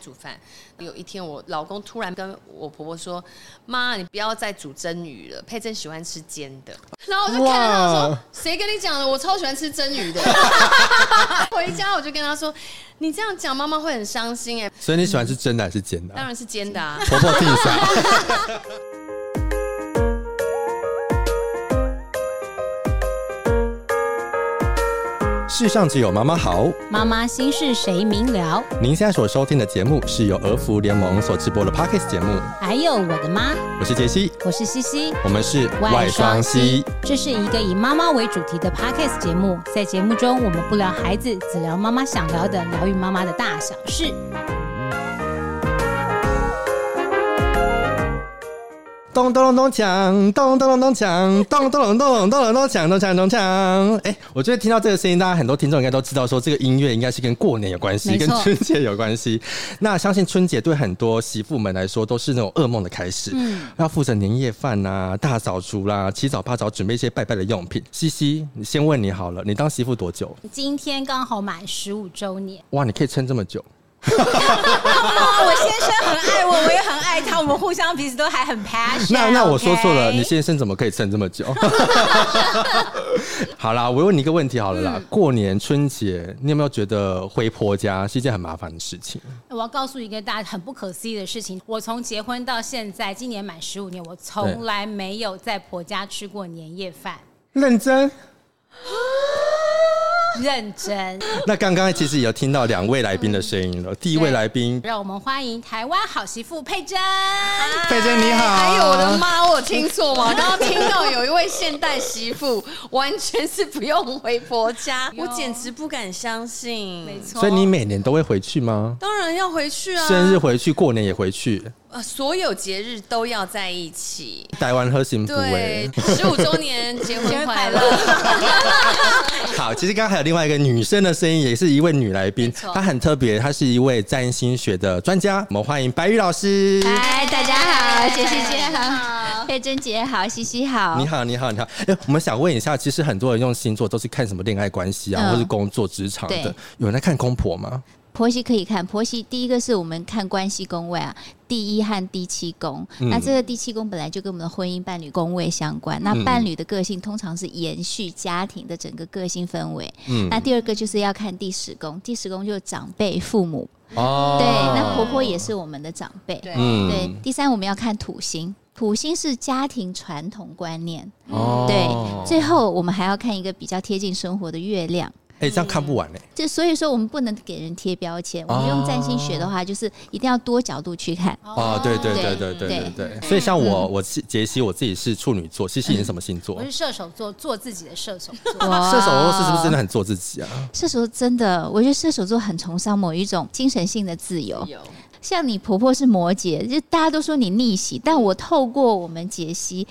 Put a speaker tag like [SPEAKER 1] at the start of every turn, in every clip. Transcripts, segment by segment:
[SPEAKER 1] 煮饭。有一天，我老公突然跟我婆婆说：“妈，你不要再煮蒸鱼了，佩珍喜欢吃煎的。” 然后我就看着他说
[SPEAKER 2] 哇：“
[SPEAKER 1] 谁跟你讲的？我超喜欢吃蒸鱼的。” 回家我就跟他说：“你这样讲，妈妈会很伤心哎、
[SPEAKER 2] 所以你喜欢是真的还是煎的
[SPEAKER 1] 当
[SPEAKER 2] 啊？
[SPEAKER 1] 然是煎的啊。”
[SPEAKER 2] 婆婆替你 想。世上只有妈妈好。
[SPEAKER 3] 妈妈心事谁明了？
[SPEAKER 2] 您现在所收听的节目是由俄服联盟所直播的 Pockets 节目，
[SPEAKER 3] 还有我的妈，
[SPEAKER 2] 我是杰西，
[SPEAKER 3] 我是西西。
[SPEAKER 2] 我们是外双溪。，
[SPEAKER 3] 这是一个以妈妈为主题的 podcast 节目。在节目中，我们不聊孩子，只聊妈妈想聊的，疗愈妈妈的大小事。
[SPEAKER 2] 咚咚咚咚锵，咚咚咚咚锵，咚咚咚咚咚咚咚锵，咚锵咚锵。哎，我觉得听到这个声音，大家很多听众应该都知道，说这个音乐应该是跟过年有关系，
[SPEAKER 3] 没
[SPEAKER 2] 跟
[SPEAKER 3] 错
[SPEAKER 2] 春节有关系。那相信春节对很多媳妇们来说都是那种噩梦的开始，要负责年夜饭呐、大扫除啦、七早八早准备一些拜拜的用品。西西，你先问你好了，你当媳妇多久？
[SPEAKER 3] 今天刚好满十五周 年，
[SPEAKER 2] 哇，你可以撑这么久。
[SPEAKER 3] 哇！我先生很爱我，我也很爱他，我们互相彼此都还很 passion
[SPEAKER 2] 那那我说错了
[SPEAKER 3] OK？
[SPEAKER 2] 你先生怎么可以撑这么久？ 好啦，我问你一个问题好了啦，过年春节你有没有觉得回婆家是一件很麻烦的事情？
[SPEAKER 3] 我要告诉一个大家很不可思议的事情，我从结婚到现在，今年满十五年，我从来没有在婆家吃过年夜饭。
[SPEAKER 2] 认真？
[SPEAKER 3] 认真，
[SPEAKER 2] 那刚刚其实有听到两位来宾的声音了，第一位来宾
[SPEAKER 3] 让我们欢迎台湾好媳妇佩珍。
[SPEAKER 2] 佩
[SPEAKER 1] 哎
[SPEAKER 2] 珍你好，
[SPEAKER 1] 还有我的妈，我有听错吗？刚刚听到有一位现代媳妇，完全是不用回婆家，
[SPEAKER 3] 有
[SPEAKER 1] 我简直不敢相信。
[SPEAKER 3] 没错，
[SPEAKER 2] 所以你每年都会回去吗？
[SPEAKER 1] 当然要回去啊，
[SPEAKER 2] 生日回去，过年也回去，
[SPEAKER 1] 呃，所有节日都要在一起。
[SPEAKER 2] 台湾喝幸福哎
[SPEAKER 1] 对。，十五周年结
[SPEAKER 3] 节日
[SPEAKER 1] 婚快
[SPEAKER 3] 快乐
[SPEAKER 1] 乐！
[SPEAKER 2] 好，其实刚刚还有另外一个女生的声音，也是一位女来宾
[SPEAKER 1] 没，错
[SPEAKER 2] 她很特别，她是一位占星学的专家，我们欢迎白玉老师。
[SPEAKER 4] 嗨，哎大家好，杰西姐
[SPEAKER 3] 好
[SPEAKER 4] 好，佩珍姐好，西西好。
[SPEAKER 2] 你好，你好，你好。哎、我们想问一下，其实很多人用星座都是看什么恋爱关系啊，
[SPEAKER 4] 嗯
[SPEAKER 2] 或是工作、职场的
[SPEAKER 4] 对。
[SPEAKER 2] 有人在看公婆吗？
[SPEAKER 4] 婆媳可以看，婆媳第一个是我们看关系宫位啊，第一和第七宫。
[SPEAKER 2] 嗯
[SPEAKER 4] 那这个第七宫本来就跟我们的婚姻伴侣宫位相关，那
[SPEAKER 2] 嗯
[SPEAKER 4] 伴侣的个性通常是延续家庭的整个个性氛围。
[SPEAKER 2] 嗯
[SPEAKER 4] 那第二个就是要看第十宫，第十宫就是长辈、父母，
[SPEAKER 2] 哦
[SPEAKER 4] 对，那婆婆也是我们的长辈。
[SPEAKER 1] 对
[SPEAKER 2] 嗯
[SPEAKER 4] 对，第三我们要看土星，土星是家庭传统观念。
[SPEAKER 2] 哦
[SPEAKER 4] 对，最后我们还要看一个比较贴近生活的月亮。
[SPEAKER 2] 哎、这样看不完哎、
[SPEAKER 4] 就所以说，我们不能给人贴标签。我们用占星学的话，就是一定要多角度去看。
[SPEAKER 2] 哦，对对对对
[SPEAKER 4] 对
[SPEAKER 2] 对对
[SPEAKER 4] 对
[SPEAKER 2] 对。所以像我，我是杰西，我自己是处女座，西西你是什么星座
[SPEAKER 3] 我？是射手座，做自己的射手座。
[SPEAKER 4] 哇
[SPEAKER 2] 啊射手座是不是真的？很做自己啊？
[SPEAKER 4] 射手座真的，我觉得射手座很崇尚某一种精神性的自由。
[SPEAKER 1] 有
[SPEAKER 4] 像你婆婆是摩羯，就大家都说你逆袭，但
[SPEAKER 2] 嗯
[SPEAKER 4] 我透过我们解析、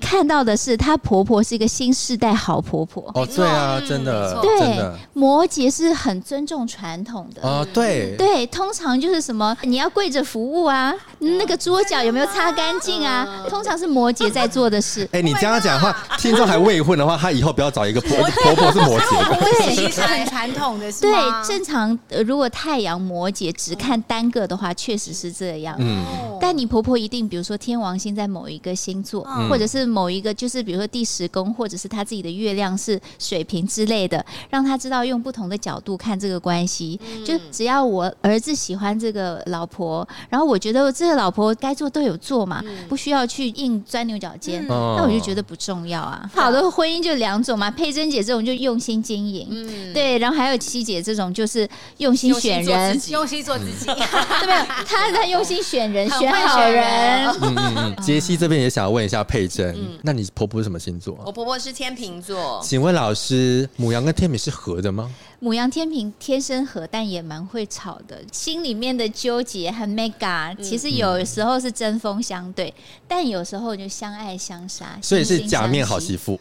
[SPEAKER 4] 看到的是，她婆婆是一个新世代好婆婆。
[SPEAKER 2] 哦，对啊，
[SPEAKER 1] 嗯
[SPEAKER 2] 真的，
[SPEAKER 3] 没错
[SPEAKER 2] 真
[SPEAKER 4] 对
[SPEAKER 2] 的，，
[SPEAKER 4] 摩羯是很尊重传统的。
[SPEAKER 2] 哦，对，。
[SPEAKER 4] 对，通常就是什么，你要跪着服务啊，那个桌角有没有擦干净
[SPEAKER 3] 嗯
[SPEAKER 4] 啊？通常是摩羯在做的事
[SPEAKER 2] 哎、你这样讲的话，听众还未婚的话，他以后不要找一个婆婆婆是摩羯的。
[SPEAKER 3] 对，
[SPEAKER 4] 对
[SPEAKER 3] 其实很传统的， 是
[SPEAKER 4] 对
[SPEAKER 3] 吗，？
[SPEAKER 4] 正常、呃如果太阳摩羯只看单个的话，确实是这样。
[SPEAKER 2] 嗯，
[SPEAKER 3] 哦
[SPEAKER 4] 但你婆婆一定，比如说天王星在某一个星座，
[SPEAKER 3] 嗯
[SPEAKER 4] 或者是某一个，就是比如说第十宫，或者是她自己的月亮是水瓶之类的，让她知道用不同的角度看这个关系。就只要我儿子喜欢这个老婆，然后我觉得这个老婆该做都有做嘛，不需要去硬钻牛角尖。
[SPEAKER 2] 哦
[SPEAKER 4] 那我就觉得不重要啊。好的婚姻就两种嘛，佩珍姐这种就用心经营，对，然后还有七姐这种就是用心
[SPEAKER 1] 用心
[SPEAKER 4] 选
[SPEAKER 1] 做
[SPEAKER 4] 人
[SPEAKER 1] 自，己
[SPEAKER 3] 用心做自己，
[SPEAKER 4] 对吧？她在用心选人，
[SPEAKER 3] 很
[SPEAKER 4] 选
[SPEAKER 3] 会
[SPEAKER 4] 好
[SPEAKER 3] 选
[SPEAKER 4] 人。
[SPEAKER 2] 嗯嗯嗯，杰西这边也想问一下佩珍，那你婆婆是什么星座啊？
[SPEAKER 1] 我婆婆是天秤座，
[SPEAKER 2] 请问老师，母羊跟天平是合的吗？
[SPEAKER 4] 母羊天平天生和，但也蛮会吵的，心里面的纠结和
[SPEAKER 1] 嗯
[SPEAKER 4] mega，其实有时候是针锋相对，但有时候就相爱相杀，
[SPEAKER 2] 所以是假面好媳妇，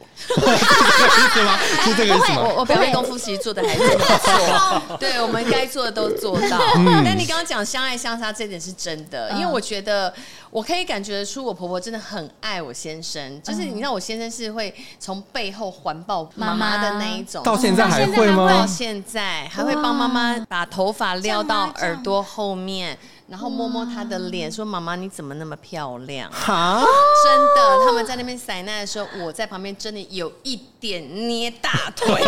[SPEAKER 2] 是这个意思吗？是这个意思吗？
[SPEAKER 1] 我我表妹功夫其实做的还真不错，对我们该做的都做到。
[SPEAKER 2] 嗯
[SPEAKER 1] 但你刚刚讲相爱相杀这点是真的，因为我觉得我可以感觉得出我婆婆真的很爱我先生，就是嗯你知道我先生是会从背后环抱妈妈的那一种，
[SPEAKER 2] 到现在还会
[SPEAKER 3] 到
[SPEAKER 2] 吗？
[SPEAKER 1] 现现在，还会帮妈妈把头发撩到耳朵后面，然后摸摸她的脸，说：“妈妈，你怎么那么漂亮？”
[SPEAKER 2] 哈，
[SPEAKER 1] 真的，他们在那边塞奶的时候，我在旁边真的有一点捏大腿，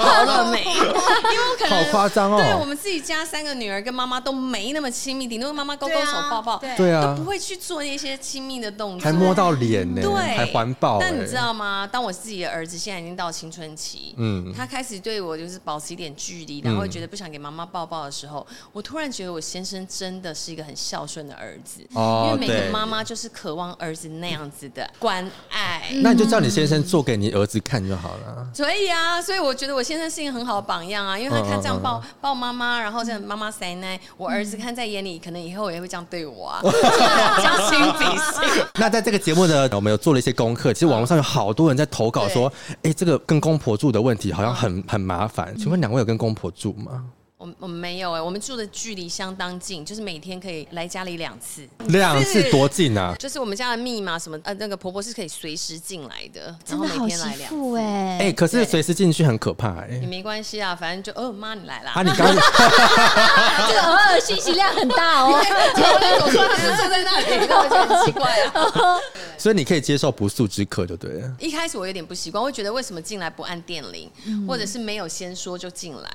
[SPEAKER 1] 好了没？因为我可能
[SPEAKER 2] 好夸张哦
[SPEAKER 1] 对我们自己家三个女儿跟妈妈都没那么亲密，顶多妈妈勾勾手抱抱，
[SPEAKER 3] 对啊
[SPEAKER 2] 对
[SPEAKER 1] 都
[SPEAKER 2] 啊
[SPEAKER 1] 不，会去做那些亲密的动作，
[SPEAKER 2] 还摸到脸呢，
[SPEAKER 1] 对，
[SPEAKER 2] 还环抱，
[SPEAKER 1] 但你知
[SPEAKER 2] 哎
[SPEAKER 1] 道吗？当我自己的儿子现在已经到青春期，
[SPEAKER 2] 嗯
[SPEAKER 1] 嗯，他开始对我就是保持一点距离，然后觉得不想给妈妈抱抱的时候，我突然觉得我先生真的是一个很孝顺的儿子，
[SPEAKER 2] 哦
[SPEAKER 1] 因为每个
[SPEAKER 2] 对
[SPEAKER 1] 妈妈就是渴望儿子那样子的关爱。
[SPEAKER 2] 那你就叫你先生做给你儿子看就好了。
[SPEAKER 1] 所以啊，所以我觉得我先生是一个很好的榜样啊，因为他看这样
[SPEAKER 2] 嗯
[SPEAKER 1] 抱抱妈妈，然后这样妈妈塞奶，我儿子看在眼里，可能以后也会这样对我 啊，将心比心。
[SPEAKER 2] 那在这个节目呢，我们有做了一些功课，其实网络上有好多人在投稿说，哎，这个跟公婆住的问题好像很很麻烦。请问两位有跟公婆住吗？
[SPEAKER 1] 我们我们没有哎、我们住的距离相当近，就是每天可以来家里两次。
[SPEAKER 2] 两次多近啊？
[SPEAKER 1] 就是我们家的密码什么呃，那个婆婆是可以随时进来的，然
[SPEAKER 4] 真
[SPEAKER 1] 后
[SPEAKER 4] 的
[SPEAKER 1] 每
[SPEAKER 4] 好
[SPEAKER 1] 天
[SPEAKER 4] 媳
[SPEAKER 1] 来两
[SPEAKER 4] 妇哎、
[SPEAKER 2] 哎，可是
[SPEAKER 1] 对
[SPEAKER 2] 随时进去很可怕
[SPEAKER 1] 也
[SPEAKER 2] 哎。
[SPEAKER 1] 没关系啊，反正就哦妈你来啦，
[SPEAKER 2] 啊，你刚
[SPEAKER 4] 这个偶尔信息量很大 哦。
[SPEAKER 1] 哎总说他就坐在那里，那我觉得很奇怪啊。
[SPEAKER 2] 所以你可以接受不速之客，就对了。
[SPEAKER 1] 一开始我有点不习惯，会觉得为什么进来不按电铃，
[SPEAKER 2] 嗯
[SPEAKER 1] 或者是没有先说就进来。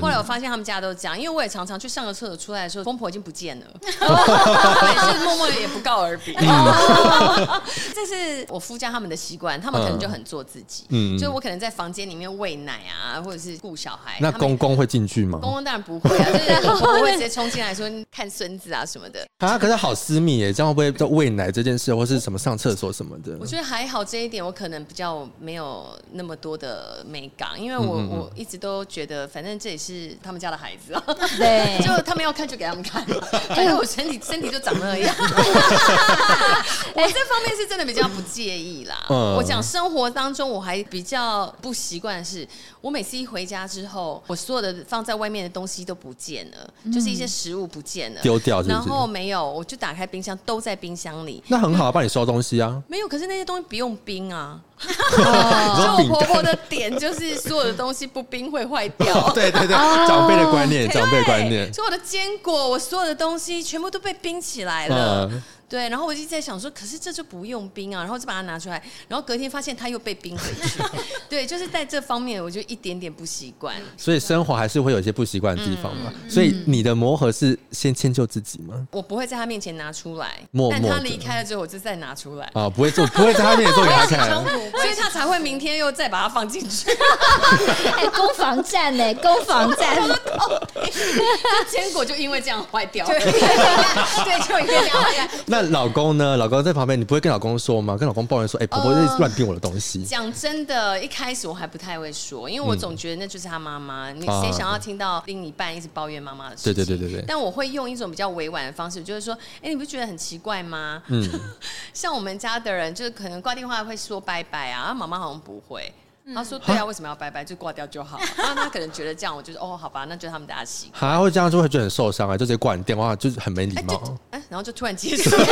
[SPEAKER 1] 后来我发现他们家都这样，因为我也常常去上个厕所出来的时候，公婆已经不 见了，对，是默默地也不告而别。
[SPEAKER 2] 哦
[SPEAKER 1] 这是我夫家他们的习惯，他们可能就很做自己。
[SPEAKER 2] 嗯
[SPEAKER 1] 嗯，所以我可能在房间里面喂奶啊，或者是顾小孩。
[SPEAKER 2] 那
[SPEAKER 1] 他们
[SPEAKER 2] 公公会进去吗？
[SPEAKER 1] 公公当然不会啊，就是我 婆婆会直接冲进来说看孙子啊什么的。
[SPEAKER 2] 啊，可是好私密耶，这样会不会在喂奶这件事，或是什么上厕所什么的？
[SPEAKER 1] 我觉得还好这一点，我可能比较没有那么多的美感，因为
[SPEAKER 2] 嗯
[SPEAKER 1] 我我一直都觉得，反正这也是他们家的孩子 啊，
[SPEAKER 4] 对
[SPEAKER 1] 就他们要看就给他们看，反正我身体身体就长那 样。我这方面是真的比较不介意啦。
[SPEAKER 2] 嗯
[SPEAKER 1] 我讲生活当中，我还比较不习惯的是，我每次一回家之后，我所有的放在外面的东西都不见了，就是一些食物不见了，
[SPEAKER 2] 丢掉是不是
[SPEAKER 1] 然后没有，我就打开冰箱，都在冰箱里。
[SPEAKER 2] 那很好啊，帮你收东西啊。
[SPEAKER 1] 没有，可是那些东西不用冰啊。所以
[SPEAKER 2] 哦说
[SPEAKER 1] 我
[SPEAKER 2] 饼
[SPEAKER 1] 婆
[SPEAKER 2] 干。
[SPEAKER 1] 婆的点就是所有的东西不冰会坏掉
[SPEAKER 2] 哦 对对对，长辈的观念，
[SPEAKER 1] 哦对
[SPEAKER 2] 长辈观念。
[SPEAKER 1] 所有的坚果，我所有的东西全部都被冰起来了。
[SPEAKER 2] 嗯
[SPEAKER 1] 对，然后我就在想说，可是这就不用冰啊，然后就把它拿出来，然后隔天发现它又被冰回 去。对，就是在这方面，我就一点点不习惯。
[SPEAKER 2] 所以生活还是会有一些不习惯的地方嘛。
[SPEAKER 1] 嗯
[SPEAKER 2] 所以你的磨合是先迁就自己吗？
[SPEAKER 1] 我不会在他面前拿出来，
[SPEAKER 2] 默默
[SPEAKER 1] 但他
[SPEAKER 2] 地
[SPEAKER 1] 离开了之后，我就再拿出来。
[SPEAKER 2] 啊，不 会做，不会在他面前做给他看。
[SPEAKER 1] 所以他才会明天又再把它放进去。
[SPEAKER 2] 哦
[SPEAKER 4] 哎、攻防战呢、攻防 战。
[SPEAKER 1] 坚果就因为这样坏掉，对， 就因为这样坏掉。
[SPEAKER 2] 那老公呢？老公在旁边，你不会跟老公说吗？跟老公抱怨说，哎，婆婆
[SPEAKER 1] 哦
[SPEAKER 2] 在乱变我的东西。
[SPEAKER 1] 讲真的，一开始我还不太会说，因为我总觉得那就是他妈妈。你
[SPEAKER 2] 啊
[SPEAKER 1] 谁想要听到另一半一直抱怨妈妈的事
[SPEAKER 2] 对
[SPEAKER 1] 情？
[SPEAKER 2] 对对对对
[SPEAKER 1] 但我会用一种比较委婉的方式，就是说，哎、你不觉得很奇怪吗？
[SPEAKER 2] 嗯，
[SPEAKER 1] 像我们家的人，就是可能挂电话会说拜拜啊，啊妈妈好像不会。他说：“对啊，为什么要拜拜？就挂掉就好。”然后他可能觉得这样，我就是哦，好吧，那就是他们大家习惯。
[SPEAKER 2] 还啊会这样就会觉得很受伤啊，就直接挂你电话，就是很没礼
[SPEAKER 1] 哎，就
[SPEAKER 2] 貌。
[SPEAKER 1] 哎，然后就突然结束了。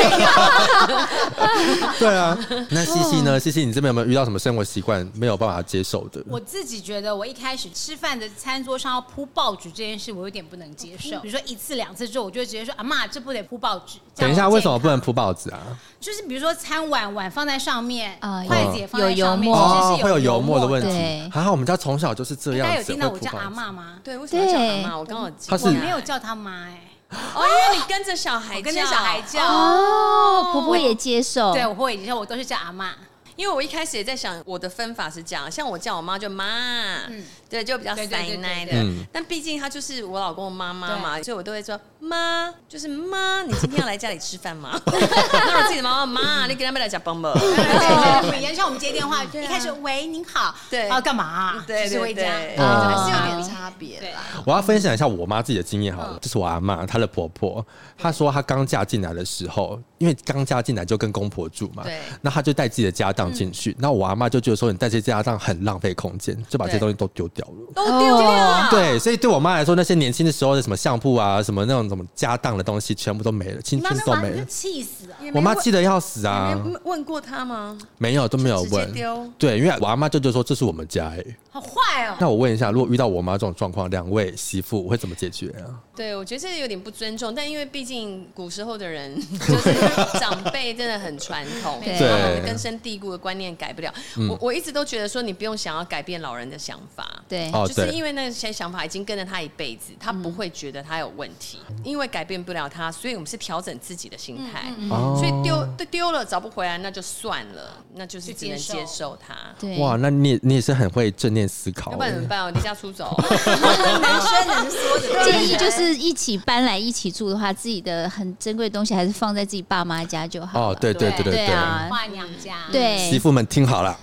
[SPEAKER 2] 对 啊，那西西呢？西西，你这边有没有遇到什么生活习惯没有办法接受的？
[SPEAKER 3] 嗯我自己觉得，我一开始吃饭的餐桌上要铺报纸这件事，我有点不能接受。比如说一次两次之后，我就会直接说：“阿妈，这不得铺报纸。”这
[SPEAKER 2] 等
[SPEAKER 3] 样
[SPEAKER 2] 一下，
[SPEAKER 3] 我
[SPEAKER 2] 为什么
[SPEAKER 3] 健
[SPEAKER 2] 不
[SPEAKER 3] 康
[SPEAKER 2] 能铺报纸啊？
[SPEAKER 3] 就是比如说餐碗碗放在上面，
[SPEAKER 4] 啊
[SPEAKER 3] 筷
[SPEAKER 2] 有
[SPEAKER 3] 子也放在上面，
[SPEAKER 4] 有油墨
[SPEAKER 3] 其实
[SPEAKER 2] 哦
[SPEAKER 3] 是
[SPEAKER 2] 会有油
[SPEAKER 3] 油
[SPEAKER 2] 墨的问
[SPEAKER 3] 题。
[SPEAKER 2] 题
[SPEAKER 4] 对。
[SPEAKER 2] 还好我们家从小就是这
[SPEAKER 3] 欸大家
[SPEAKER 2] 样
[SPEAKER 3] 有
[SPEAKER 2] 子，
[SPEAKER 3] 听
[SPEAKER 2] 会
[SPEAKER 3] 到我
[SPEAKER 2] 铺
[SPEAKER 3] 叫阿
[SPEAKER 2] 报纸。
[SPEAKER 3] 嬷吗？
[SPEAKER 1] 对，为什么要叫
[SPEAKER 4] 对
[SPEAKER 1] 阿妈？我刚好记
[SPEAKER 2] 他是
[SPEAKER 1] 起
[SPEAKER 3] 我
[SPEAKER 1] 来
[SPEAKER 3] 没有叫她妈哎、
[SPEAKER 1] 哦，因为你跟着小孩，
[SPEAKER 3] 我跟着小孩叫，
[SPEAKER 4] 哦，婆婆也接受。
[SPEAKER 3] 对，我会，以后我都是叫阿嬷。
[SPEAKER 1] 因为我一开始也在想，我的分法是这样，像我叫我妈就妈，
[SPEAKER 3] 嗯
[SPEAKER 1] 对，就比较
[SPEAKER 3] 对对对
[SPEAKER 1] 塞奶的。
[SPEAKER 3] 对
[SPEAKER 2] 对对
[SPEAKER 1] 但毕竟她就是我老公的妈妈嘛，所以我都会说妈，就是妈，你今天要来家里吃饭 吗？那我自己的妈妈妈，你给他们来讲帮吧。
[SPEAKER 3] 对对对，人家像我们接电话，
[SPEAKER 1] 对啊
[SPEAKER 3] 一开始喂您好，
[SPEAKER 1] 对
[SPEAKER 3] 啊干嘛 啊？
[SPEAKER 1] 对
[SPEAKER 3] 就是
[SPEAKER 1] 对
[SPEAKER 3] 会这
[SPEAKER 1] 对，
[SPEAKER 3] 样，
[SPEAKER 1] 还
[SPEAKER 4] 哦
[SPEAKER 1] 是有点差别
[SPEAKER 3] 对
[SPEAKER 1] 啦。
[SPEAKER 2] 我要分享一下我妈自己的经验好
[SPEAKER 3] 嗯
[SPEAKER 2] 了，就是我阿妈她的婆婆，她说她刚嫁进来的时候，因为刚嫁进来就跟公婆住嘛，
[SPEAKER 1] 对
[SPEAKER 2] 那她就带自己的家当进去，
[SPEAKER 3] 嗯
[SPEAKER 2] 那我阿妈就觉得说你带这些家当很浪费空间，就把这些
[SPEAKER 1] 对
[SPEAKER 2] 东西都丢掉了。
[SPEAKER 1] 都丢了，
[SPEAKER 2] 哦对，所以对我妈来说，那些年轻的时候的什么相铺啊，什么那种什么家当的东西，全部都没了，青
[SPEAKER 3] 你妈
[SPEAKER 2] 春
[SPEAKER 3] 没
[SPEAKER 2] 都
[SPEAKER 3] 完
[SPEAKER 2] 没
[SPEAKER 3] 你就
[SPEAKER 2] 了。
[SPEAKER 3] 气死了。
[SPEAKER 1] 也没
[SPEAKER 2] 我妈
[SPEAKER 1] 问
[SPEAKER 2] 气得要死
[SPEAKER 1] 也
[SPEAKER 2] 啊！
[SPEAKER 1] 没问过他吗？
[SPEAKER 2] 没有都没有
[SPEAKER 1] 就直接
[SPEAKER 2] 问
[SPEAKER 1] 丢，
[SPEAKER 2] 对，因为我阿妈舅舅说这是我们家、欸，
[SPEAKER 3] 好坏哦。
[SPEAKER 2] 那我问一下，如果遇到我妈这种状况，两位媳妇我会怎么解决啊？
[SPEAKER 1] 对，我觉得这有点不尊重，但因为毕竟古时候的 人 就是长辈真的很传统，
[SPEAKER 4] 对嗯
[SPEAKER 1] 他们根深蒂固的观念改不了。我我一直都觉得说，你不用想要改变老人的想法，
[SPEAKER 4] 对，
[SPEAKER 2] 哦
[SPEAKER 1] 就是
[SPEAKER 2] 对
[SPEAKER 1] 因为那些想法已经跟着他一辈子，他不会觉得他有问题，
[SPEAKER 4] 嗯
[SPEAKER 1] 因为改变不了他，所以我们是调整自己的心态。
[SPEAKER 4] 嗯
[SPEAKER 2] 哦
[SPEAKER 1] 所以丢丢丢了找不回来，那就算了，那就是只能接受它。
[SPEAKER 4] 对，
[SPEAKER 2] 哇，那你也你也是很会正念思考
[SPEAKER 1] 要不然怎么
[SPEAKER 2] 欸。
[SPEAKER 1] 办？我离家出 走，
[SPEAKER 5] 男生能说的
[SPEAKER 4] 建议就是一起搬来一起住的话，自己的很珍贵的东西还是放在自己爸妈家就好了。
[SPEAKER 2] 哦，对对对
[SPEAKER 3] 对
[SPEAKER 4] 对啊，
[SPEAKER 3] 画娘家，，
[SPEAKER 2] 媳
[SPEAKER 1] 啊
[SPEAKER 4] 对，
[SPEAKER 2] 妇们听好了，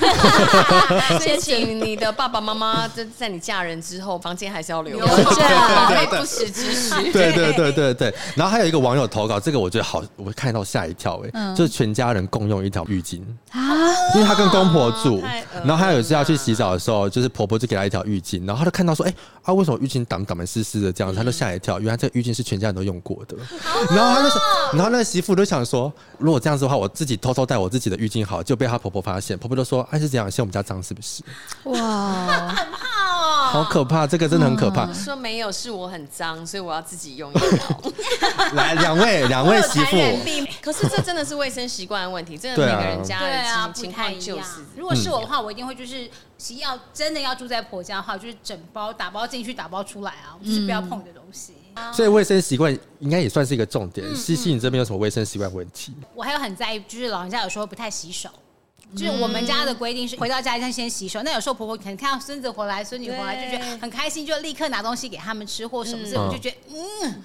[SPEAKER 1] 所以请你的爸爸妈妈在在你嫁人之后，房间还是要留着，
[SPEAKER 3] 留
[SPEAKER 1] 对不时之 需。
[SPEAKER 2] 对对对对对。然后还有一个网友投稿，这个我觉得好，我看到吓一跳哎、
[SPEAKER 4] 嗯
[SPEAKER 2] 就是全家人共用一条浴巾，
[SPEAKER 4] 啊，
[SPEAKER 2] 因为她跟公婆住
[SPEAKER 1] 太恶，
[SPEAKER 2] 然后她有一次要去洗澡的时候，就是婆婆就给她一条浴巾，然后她就看到说，哎、啊为什么浴巾挡挡门湿湿的这样，她就吓一跳，原来这个浴巾是全家人都用过的。然后她就想， 然后那个媳妇就想说，如果这样子的话，我自己偷偷带我自己的浴巾好，就被她婆婆发现，婆婆就说，哎、是这样，嫌我们家脏是不是？
[SPEAKER 4] 哇，
[SPEAKER 2] 好可怕，这个真的很可怕。
[SPEAKER 1] 说没有，是我很脏，所以我要自己用一条。
[SPEAKER 2] 来，两位两
[SPEAKER 1] 我
[SPEAKER 2] 位
[SPEAKER 1] 有
[SPEAKER 2] 媳 妇
[SPEAKER 1] 传，染病，可是这真的是卫生习惯的问题，真的
[SPEAKER 2] 对
[SPEAKER 1] 每
[SPEAKER 2] 啊
[SPEAKER 1] 个人家
[SPEAKER 3] 对啊，
[SPEAKER 1] 的
[SPEAKER 3] 不
[SPEAKER 1] 情
[SPEAKER 3] 太
[SPEAKER 1] 况
[SPEAKER 3] 一
[SPEAKER 1] 就
[SPEAKER 3] 样
[SPEAKER 1] 是。
[SPEAKER 3] 如果是我的话，我一定会就是要真的要住在婆家的话，就是整包打包进去，打包出来啊，就是不要碰的东西。
[SPEAKER 2] 所以卫生习惯应该也算是一个重
[SPEAKER 3] 嗯
[SPEAKER 2] 点。西西，你这边有什么卫生习惯问题？
[SPEAKER 3] 我还有很在意，就是老人家有时候不太洗手。就是我们家的规定是回到家一定先洗手，那有时候婆婆可能看到孙子回来、孙女回来就觉得很开心，就立刻拿东西给他们吃或什么之类，
[SPEAKER 2] 嗯
[SPEAKER 3] 我就觉得嗯，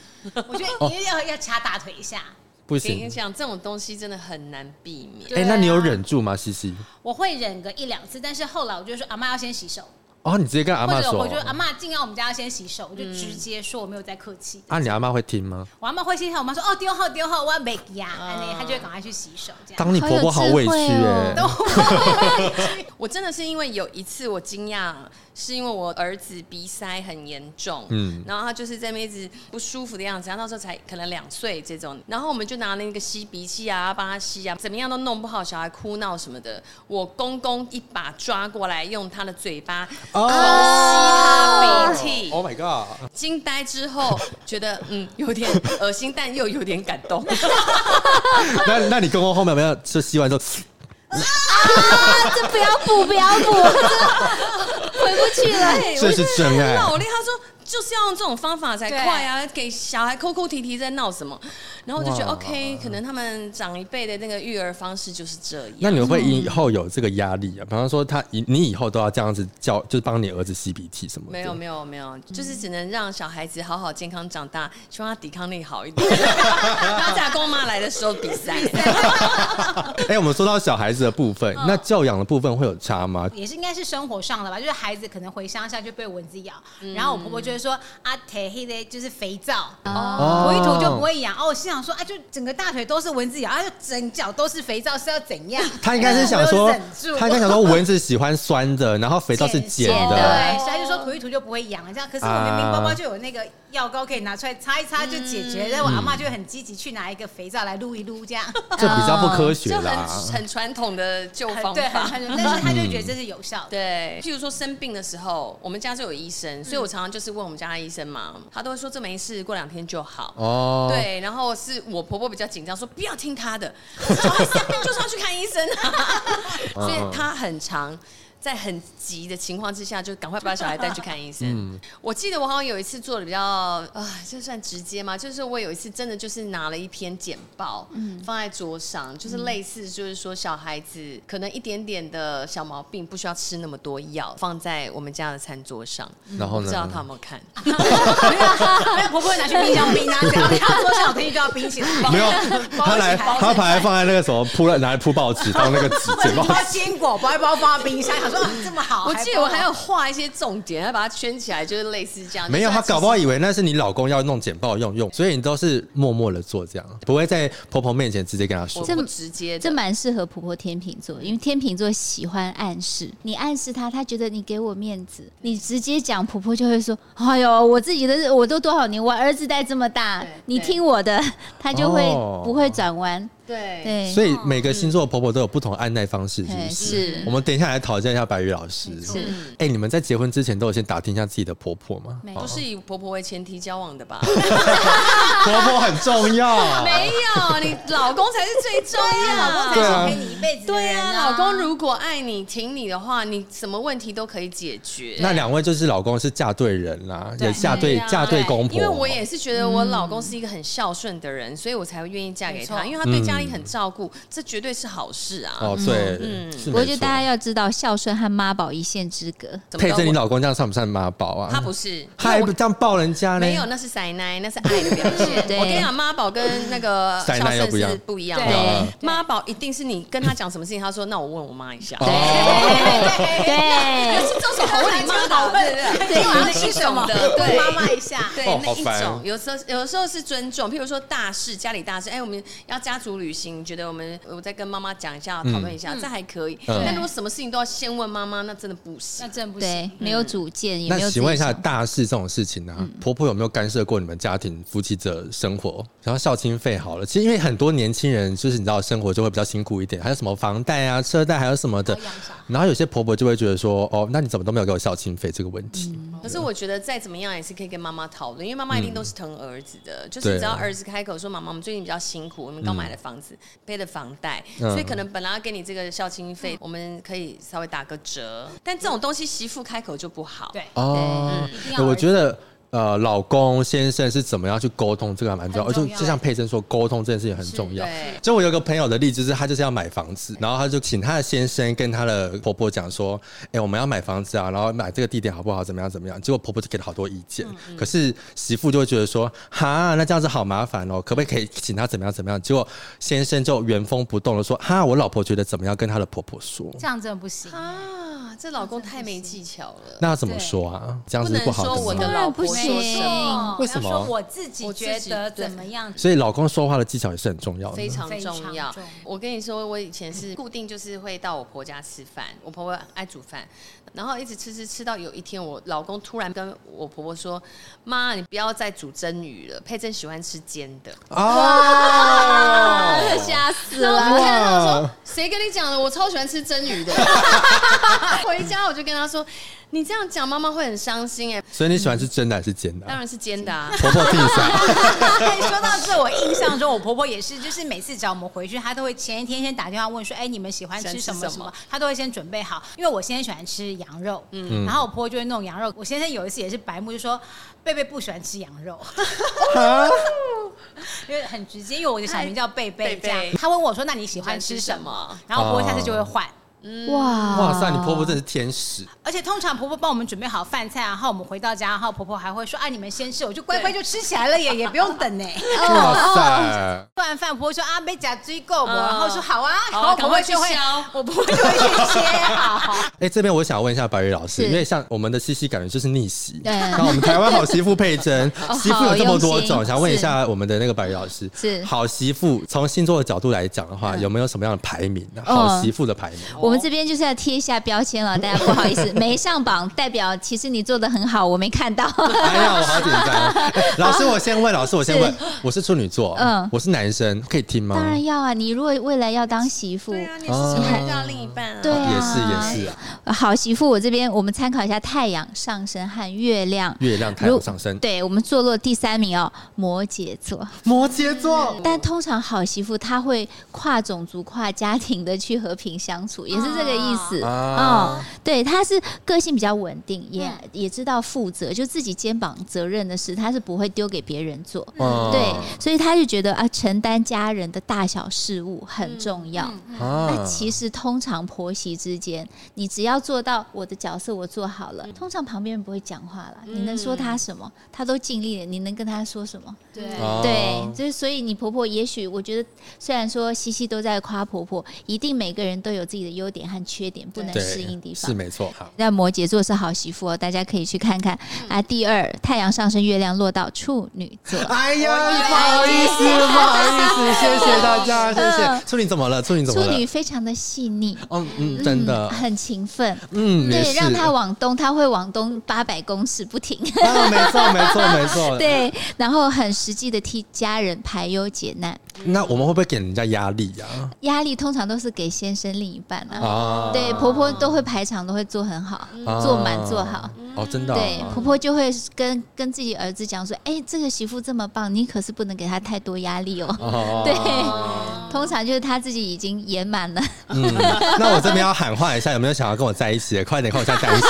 [SPEAKER 3] 我觉得也要要掐大腿一下，
[SPEAKER 2] 不
[SPEAKER 1] 跟你
[SPEAKER 2] 行。
[SPEAKER 1] 讲，这种东西真的很难避免。
[SPEAKER 2] 哎、
[SPEAKER 3] 对啊啊
[SPEAKER 2] 那你有忍住吗，西西？
[SPEAKER 3] 我会忍个一两次，但是后来我就说阿妈要先洗手，
[SPEAKER 2] 哦，你直接跟阿
[SPEAKER 3] 或
[SPEAKER 2] 妈
[SPEAKER 3] 者
[SPEAKER 2] 说
[SPEAKER 3] 我就。阿妈进到我们家要先洗手，我就直接说我没有在客气的。
[SPEAKER 2] 啊，你阿妈会听吗？
[SPEAKER 3] 我阿妈会心疼我妈说哦丢后丢后我要没牙，安尼她就会赶快去洗手这样。
[SPEAKER 2] 当你婆婆好委屈
[SPEAKER 4] 好有智慧
[SPEAKER 2] 哎、
[SPEAKER 4] 哦
[SPEAKER 1] 我真的是因为有一次我惊讶，是因为我儿子鼻塞很严重，
[SPEAKER 2] 嗯
[SPEAKER 1] 嗯，然后他就是在那边一直不舒服的样子，他那时候才可能两岁这种，然后我们就拿那个吸鼻器啊，帮他吸啊，怎么样都弄不好，小孩哭闹什么的，我公公一把抓过来，用他的嘴巴
[SPEAKER 2] 哦
[SPEAKER 1] 吸他鼻涕
[SPEAKER 2] Oh my god！
[SPEAKER 1] 惊呆之后，觉得嗯有点恶心，但又有点感动。
[SPEAKER 2] 那那你公公后面有没有就吸完之后，
[SPEAKER 4] 这不要补，不要补，这回不去了。
[SPEAKER 1] 对，
[SPEAKER 2] 这
[SPEAKER 1] 哎我
[SPEAKER 2] 是真爱
[SPEAKER 1] 很努力。他说就是要用这种方法才快啊，给小孩哭哭啼啼在闹什么？然后我就觉得
[SPEAKER 2] 哇
[SPEAKER 1] OK，可能他们长一辈的那个育儿方式就是这样。
[SPEAKER 2] 那你会以后有这个压力啊？比方说他以你以后都要这样子教，就是帮你儿子吸鼻涕什么的。
[SPEAKER 1] 没有没有没有，就是只能让小孩子好好健康长大，希望他抵抗力好 一点。他在公妈来的时候比赛，
[SPEAKER 2] 哎、我们说到小孩子的部分，
[SPEAKER 3] 嗯
[SPEAKER 2] 那教养的部分会有差吗？
[SPEAKER 3] 也是应该是生活上的吧，就是孩子可能回乡下就被蚊子咬，然后我婆婆就会说啊，贴黑的就是肥皂，
[SPEAKER 2] 哦
[SPEAKER 3] 涂一涂就不会痒。哦，我心想说啊，就整个大腿都是蚊子咬，啊，就整脚都是肥皂，是要怎样？
[SPEAKER 2] 他应该是想说
[SPEAKER 3] 我有忍，住
[SPEAKER 2] 他应该想说蚊子喜欢酸的，然后肥皂是碱
[SPEAKER 4] 碱
[SPEAKER 2] 的。
[SPEAKER 4] 的
[SPEAKER 3] 对，所以他就说涂一涂就不会痒了。这样，可是我明明包包就有那个药膏可以拿出来擦一擦就解决，但我阿妈就很积极去拿一个肥皂来撸一撸，这样
[SPEAKER 2] 这比较不科学
[SPEAKER 1] 就
[SPEAKER 2] 啦
[SPEAKER 1] 很。很传统的旧
[SPEAKER 3] 很
[SPEAKER 1] 方
[SPEAKER 3] 对，很
[SPEAKER 1] 法。
[SPEAKER 3] 很，但是他就觉得这是有效的。
[SPEAKER 1] 对，譬如说生病的时候，我们家就有医生，所以我常常就是问我们家的医生嘛，他都会说这没事，过两天就好。
[SPEAKER 2] 哦，
[SPEAKER 1] 对，然后是我婆婆比较紧张，说不要听她的，小孩生病就是要去看医生、啊，所以她很长。在很急的情况之下，就赶快把小孩带去看医生。我记得我好像有一次做的比较啊，这算直接吗？就是我有一次真的就是拿了一篇简报，放在桌上，就是类似就是说小孩子可能一点点的小毛病，不需要吃那么多药，放在我们家的餐桌上。
[SPEAKER 2] 然后呢
[SPEAKER 1] 不知道他有没有看？
[SPEAKER 3] 没有婆婆会拿去冰箱冰啊，只要看桌上有东西就要冰起来。
[SPEAKER 2] 没有，
[SPEAKER 3] 包
[SPEAKER 2] 他来，
[SPEAKER 3] 起来
[SPEAKER 2] 他本来放在那个什么铺了，拿来铺报纸当那个 纸
[SPEAKER 3] 或
[SPEAKER 2] 剪
[SPEAKER 3] 者是
[SPEAKER 2] 报
[SPEAKER 3] 包
[SPEAKER 2] 纸。
[SPEAKER 3] 坚果包一包放到冰箱，想说啊这么好。
[SPEAKER 1] 我记得我哦还有画一些重点，还把它圈起来，就是类似这样。
[SPEAKER 2] 没有，
[SPEAKER 1] 就是
[SPEAKER 2] 他搞不好
[SPEAKER 1] 其实
[SPEAKER 2] 以为那是你老公要弄剪报用用，所以你都是默默的做这样，不会在婆婆面前直接跟她说
[SPEAKER 1] 我。
[SPEAKER 4] 这
[SPEAKER 1] 不直接的
[SPEAKER 4] 这蛮适合婆婆天秤座，因为天秤座喜欢暗示，你暗示她，她觉得你给我面子，你直接讲，婆婆就会说：“哎呦，我自己的我都多少年，我儿子带这么大
[SPEAKER 1] 对，
[SPEAKER 4] 你听我的。”她就会
[SPEAKER 2] 哦
[SPEAKER 4] 不会转弯。
[SPEAKER 1] 对
[SPEAKER 4] 对，
[SPEAKER 2] 所以每个星座的婆婆都有不同的按耐方式，是不
[SPEAKER 4] 对
[SPEAKER 2] 是？
[SPEAKER 4] 是
[SPEAKER 2] 我们等一下来讨论一下白宇老师。
[SPEAKER 4] 是
[SPEAKER 2] 哎、你们在结婚之前都有先打听一下自己的婆婆吗？
[SPEAKER 3] 没
[SPEAKER 2] 哦
[SPEAKER 1] 不是以婆婆为前提交往的 吧？
[SPEAKER 2] 婆婆很重 要。
[SPEAKER 1] 没有，哎你老公才是最重
[SPEAKER 3] 老
[SPEAKER 1] 要
[SPEAKER 3] 公
[SPEAKER 2] 对啊
[SPEAKER 3] 才是陪你一辈子的
[SPEAKER 1] 对
[SPEAKER 3] 人
[SPEAKER 1] 啊，老公如果爱你、挺你的话，你什么问题都可以解决。
[SPEAKER 2] 那两位就是老公是嫁对人啦，
[SPEAKER 3] 对
[SPEAKER 2] 也嫁对
[SPEAKER 3] 对啊
[SPEAKER 2] 嫁对公婆。
[SPEAKER 1] 因为我也是觉得我老公是一个很孝顺的人，所以我才会愿意嫁给
[SPEAKER 3] 没
[SPEAKER 1] 他，
[SPEAKER 3] 错
[SPEAKER 1] 因为他对家里很照顾，这绝对是好事啊。
[SPEAKER 2] 嗯哦，对，
[SPEAKER 1] 嗯
[SPEAKER 2] 是
[SPEAKER 4] 不
[SPEAKER 2] 没
[SPEAKER 4] 过就
[SPEAKER 2] 错
[SPEAKER 4] 大家要知道，孝顺和妈宝一线之隔。
[SPEAKER 1] 怎么
[SPEAKER 2] 配
[SPEAKER 1] 着
[SPEAKER 2] 着你
[SPEAKER 1] 我
[SPEAKER 2] 老公这样算不算妈宝啊？
[SPEAKER 1] 他不是，
[SPEAKER 2] 他还
[SPEAKER 1] 因为
[SPEAKER 2] 不
[SPEAKER 1] 我
[SPEAKER 2] 这样抱人家呢？
[SPEAKER 1] 没有，那是塞奶，那是爱的表 现。
[SPEAKER 4] 对
[SPEAKER 1] 我跟你讲，妈宝跟那个
[SPEAKER 2] 塞
[SPEAKER 1] 孝
[SPEAKER 2] 奶又
[SPEAKER 1] 顺
[SPEAKER 2] 不一样
[SPEAKER 1] 是不一样
[SPEAKER 3] 对
[SPEAKER 1] 的。
[SPEAKER 2] 啊
[SPEAKER 4] 对
[SPEAKER 1] 妈宝一定是你跟他讲什么事情，他说那我问我妈一下。
[SPEAKER 2] 哦，
[SPEAKER 4] 对，
[SPEAKER 1] 这种好问你妈宝，对对对，
[SPEAKER 3] 对
[SPEAKER 1] 这是一种的，对
[SPEAKER 3] 妈妈一下，
[SPEAKER 1] 对，
[SPEAKER 2] 哦
[SPEAKER 1] 那
[SPEAKER 2] 好
[SPEAKER 1] 一
[SPEAKER 2] 烦
[SPEAKER 1] 种有时候有的时候是尊重，譬如说大事，家里大事，哎，我们要家族旅行，觉得我们我再跟妈妈讲一下，讨论一下，这还可以。
[SPEAKER 2] 嗯
[SPEAKER 1] 但如果什么事情都要先问妈妈，那真的 不
[SPEAKER 3] 那
[SPEAKER 1] 行。
[SPEAKER 3] 真不
[SPEAKER 4] 对
[SPEAKER 3] 行。，
[SPEAKER 4] 没有主见，也没有
[SPEAKER 2] 那
[SPEAKER 4] 自己
[SPEAKER 2] 请问一下，大事这种事情呢、婆婆有没有干涉过你们家庭夫妻的生活？然后孝亲费好了，其实因为很多年轻人就是你知道生活就会比较辛苦一点，还有什么房贷啊、车贷，还有什么的
[SPEAKER 3] 还有养小孩。
[SPEAKER 2] 然后有些婆婆就会觉得说，哦，那你怎么都没有给我孝亲费这个问题？
[SPEAKER 1] 可是我觉得再怎么样也是可以跟妈妈讨论，因为妈妈一定都是疼儿子的，就是
[SPEAKER 2] 对
[SPEAKER 1] 只要儿子开口说：“妈妈，我们最近比较辛苦，我们刚买了房子，背了房贷，
[SPEAKER 2] 嗯
[SPEAKER 1] 所以可能本来要给你这个孝亲费，我们可以稍微打个折。”嗯但这种东西媳妇开口就不好。
[SPEAKER 3] 对，
[SPEAKER 2] 哦
[SPEAKER 3] 一定，要
[SPEAKER 2] 我觉得。呃，老公先生是怎么样去沟通，这个还蛮重要。
[SPEAKER 3] 很
[SPEAKER 2] 就
[SPEAKER 3] 重要
[SPEAKER 2] 就像佩珍说，沟通这件事情很重要。
[SPEAKER 1] 对
[SPEAKER 2] 就我有个朋友的例子是，他就是要买房子，然后他就请他的先生跟他的婆婆讲说：“哎、我们要买房子啊，然后买这个地点好不好？怎么样怎么样？”结果婆婆就给了好多意见，
[SPEAKER 1] 嗯
[SPEAKER 2] 可是媳妇就会觉得说：“哈，那这样子好麻烦哦，可不可以可以请他怎么样怎么样？”结果先生就原封不动的说：“哈，我老婆觉得怎么样？”跟他的婆婆说，
[SPEAKER 3] 这样真的不行。
[SPEAKER 1] 啊，这老公太没技巧了。
[SPEAKER 2] 那要怎么说啊？这样
[SPEAKER 1] 不
[SPEAKER 2] 子
[SPEAKER 1] 能
[SPEAKER 2] 不好
[SPEAKER 1] 说
[SPEAKER 2] 的
[SPEAKER 1] 我的
[SPEAKER 2] 吗
[SPEAKER 1] 老婆
[SPEAKER 4] 当
[SPEAKER 1] 说
[SPEAKER 4] 然不
[SPEAKER 1] 什
[SPEAKER 4] 行
[SPEAKER 1] 么，
[SPEAKER 2] 为什么
[SPEAKER 3] 要说我自己觉得怎么样？
[SPEAKER 2] 所以老公说话的技巧也是很重要的。
[SPEAKER 1] 非常
[SPEAKER 3] 非常
[SPEAKER 1] 重要
[SPEAKER 3] 重要。
[SPEAKER 1] 我跟你说，我以前是固定就是会到我婆家吃饭，我婆婆爱煮饭，然后一直吃吃吃到有一天，我老公突然跟我婆婆说：“妈，你不要再煮蒸鱼了，佩珍喜欢吃煎的。”
[SPEAKER 2] 啊哦，
[SPEAKER 4] 吓死
[SPEAKER 1] 然后我就看到他说
[SPEAKER 2] 哇：“
[SPEAKER 1] 谁跟你讲的？我超喜欢吃蒸鱼的。” 回家我就跟他说：“你这样讲，妈妈会很伤心。”哎，
[SPEAKER 2] 所以你喜欢是真的还是煎的
[SPEAKER 1] 当
[SPEAKER 2] 啊？
[SPEAKER 1] 然是煎的啊。
[SPEAKER 2] 婆婆 替嫂，
[SPEAKER 3] 说到这，我印象中我婆婆也是，就是每次只要我们回去，她都会前一天先打电话问说：“哎，你们喜欢吃什么
[SPEAKER 1] 喜欢吃
[SPEAKER 3] 什
[SPEAKER 1] 什么
[SPEAKER 3] 么？”她都会先准备好。因为我先生喜欢吃羊肉，嗯，然后我婆婆就会弄羊肉。我先生有一次也是白目，就说贝贝不喜欢吃羊肉， 因为很直接，因为我的小名叫贝贝，这样
[SPEAKER 1] 贝贝。
[SPEAKER 3] 她问我说：“那你喜欢吃什么？”然后我婆婆下次就会换。
[SPEAKER 4] 哇
[SPEAKER 2] 哇塞，你婆婆真是天使。
[SPEAKER 3] 而且通常婆婆帮我们准备好饭菜，然后我们回到家，然后婆婆还会说：“啊，你们先吃，我就乖乖就吃起来了耶，也也不用等呢。
[SPEAKER 4] 哦
[SPEAKER 2] 哇塞，
[SPEAKER 3] 吃完饭，婆婆说：“啊，没夹追够不？”
[SPEAKER 1] 嗯
[SPEAKER 3] 然后说：“好啊。”
[SPEAKER 1] 好
[SPEAKER 3] 然
[SPEAKER 1] 啊
[SPEAKER 3] 后婆婆就会
[SPEAKER 1] 赶快去削，
[SPEAKER 3] 我婆婆就会去切好。
[SPEAKER 2] 哎，这边我想问一下白宇老师，
[SPEAKER 4] 是
[SPEAKER 2] 因为像我们的西西感觉就是逆袭，
[SPEAKER 4] 对
[SPEAKER 2] 然后我们台湾好媳妇佩珍
[SPEAKER 4] 哦，
[SPEAKER 2] 媳妇有这么多
[SPEAKER 4] 好用
[SPEAKER 2] 种，
[SPEAKER 4] 心
[SPEAKER 2] 想问一下我们的那个白宇老师，
[SPEAKER 4] 是嗯
[SPEAKER 2] 好媳妇从星座的角度来讲的话，有没有什么样的排名呢？
[SPEAKER 4] 哦
[SPEAKER 2] 好媳妇的 排名，
[SPEAKER 4] 我们这边就是要贴一下标签了，大家不好 意思，没上榜代表其实你做的很好，我没看到。
[SPEAKER 2] 哎呀，我好紧张。哎老师，我先问，老师，我先问，我是处女座，嗯
[SPEAKER 4] 哦嗯，
[SPEAKER 2] 我是男生，可以听吗？
[SPEAKER 4] 当然要啊，你如果未来要当媳妇，
[SPEAKER 1] 对啊，你是
[SPEAKER 2] 哦
[SPEAKER 1] 喜欢到另一半啊。
[SPEAKER 4] 对啊
[SPEAKER 2] 也是也是啊，
[SPEAKER 4] 好媳妇，我这边我们参考一下太阳上升和月亮。
[SPEAKER 2] 月亮太
[SPEAKER 4] 如
[SPEAKER 2] 阳上升，
[SPEAKER 4] 对我们坐落第三名哦，摩羯座。
[SPEAKER 2] 摩羯座，
[SPEAKER 4] 但通常好媳妇她会跨种族、跨家庭的去和平相
[SPEAKER 1] 啊
[SPEAKER 4] 处，也是这个意思。
[SPEAKER 2] 啊
[SPEAKER 4] 哦，对，她是个性比较稳定，也、
[SPEAKER 1] 嗯
[SPEAKER 4] 也知道负责，就自己肩膀责任的事，她是不会丢给别人做。
[SPEAKER 2] 嗯
[SPEAKER 4] 对，所以她就觉得啊，承担家人的大小事务很重要。那
[SPEAKER 2] 啊
[SPEAKER 4] 其实通常婆媳之间，你只要做到我的角色我做好
[SPEAKER 2] 嗯
[SPEAKER 4] 了，通常旁边人不会讲话了。你能说她什么？她都尽力了，你能跟她说什么？
[SPEAKER 3] 对
[SPEAKER 2] 哦
[SPEAKER 4] 对，就是所以你婆婆也许我觉得，虽然说西西都在夸婆婆，一定每个人都有自己的优点和缺点不能
[SPEAKER 2] 对，
[SPEAKER 4] 适应地
[SPEAKER 2] 是
[SPEAKER 4] 方。
[SPEAKER 2] 没错。好，
[SPEAKER 4] 那摩羯座是好媳妇哦，大家可以去看看
[SPEAKER 2] 嗯
[SPEAKER 4] 啊。第二，太阳上升，月亮落到处女 座。
[SPEAKER 2] 哎呀，不好意思，不好意 思，谢谢大家，谢谢。处女怎么了？处女怎么
[SPEAKER 4] 嗯处
[SPEAKER 2] 了
[SPEAKER 4] 女？非常的细腻，
[SPEAKER 2] 嗯嗯，真的，
[SPEAKER 4] 很勤奋，
[SPEAKER 2] 嗯，也
[SPEAKER 4] 对，
[SPEAKER 2] 是
[SPEAKER 4] 让他往东，他会往东八百公尺不停，
[SPEAKER 2] 啊，没错，没错，没错。，
[SPEAKER 4] 对，然后很实际的替家人排忧解难，
[SPEAKER 2] 那我们会不会给人家压力呀？
[SPEAKER 4] 压力通常都是给先生另一半啊，
[SPEAKER 2] 啊，
[SPEAKER 4] 对，婆婆都会排场都会做很好，
[SPEAKER 2] 啊
[SPEAKER 4] 做满做好。
[SPEAKER 2] 哦，真的啊，
[SPEAKER 4] 对，婆婆就会跟跟自己儿子讲说：“哎、这个媳妇这么棒，你可是不能给她太多压力哦。
[SPEAKER 2] 哦，
[SPEAKER 4] 对，通常就是她自己已经演 满了，
[SPEAKER 2] 嗯，那我这边要喊话一下，有没有想要跟我在一起的？快点跟我叫 单身，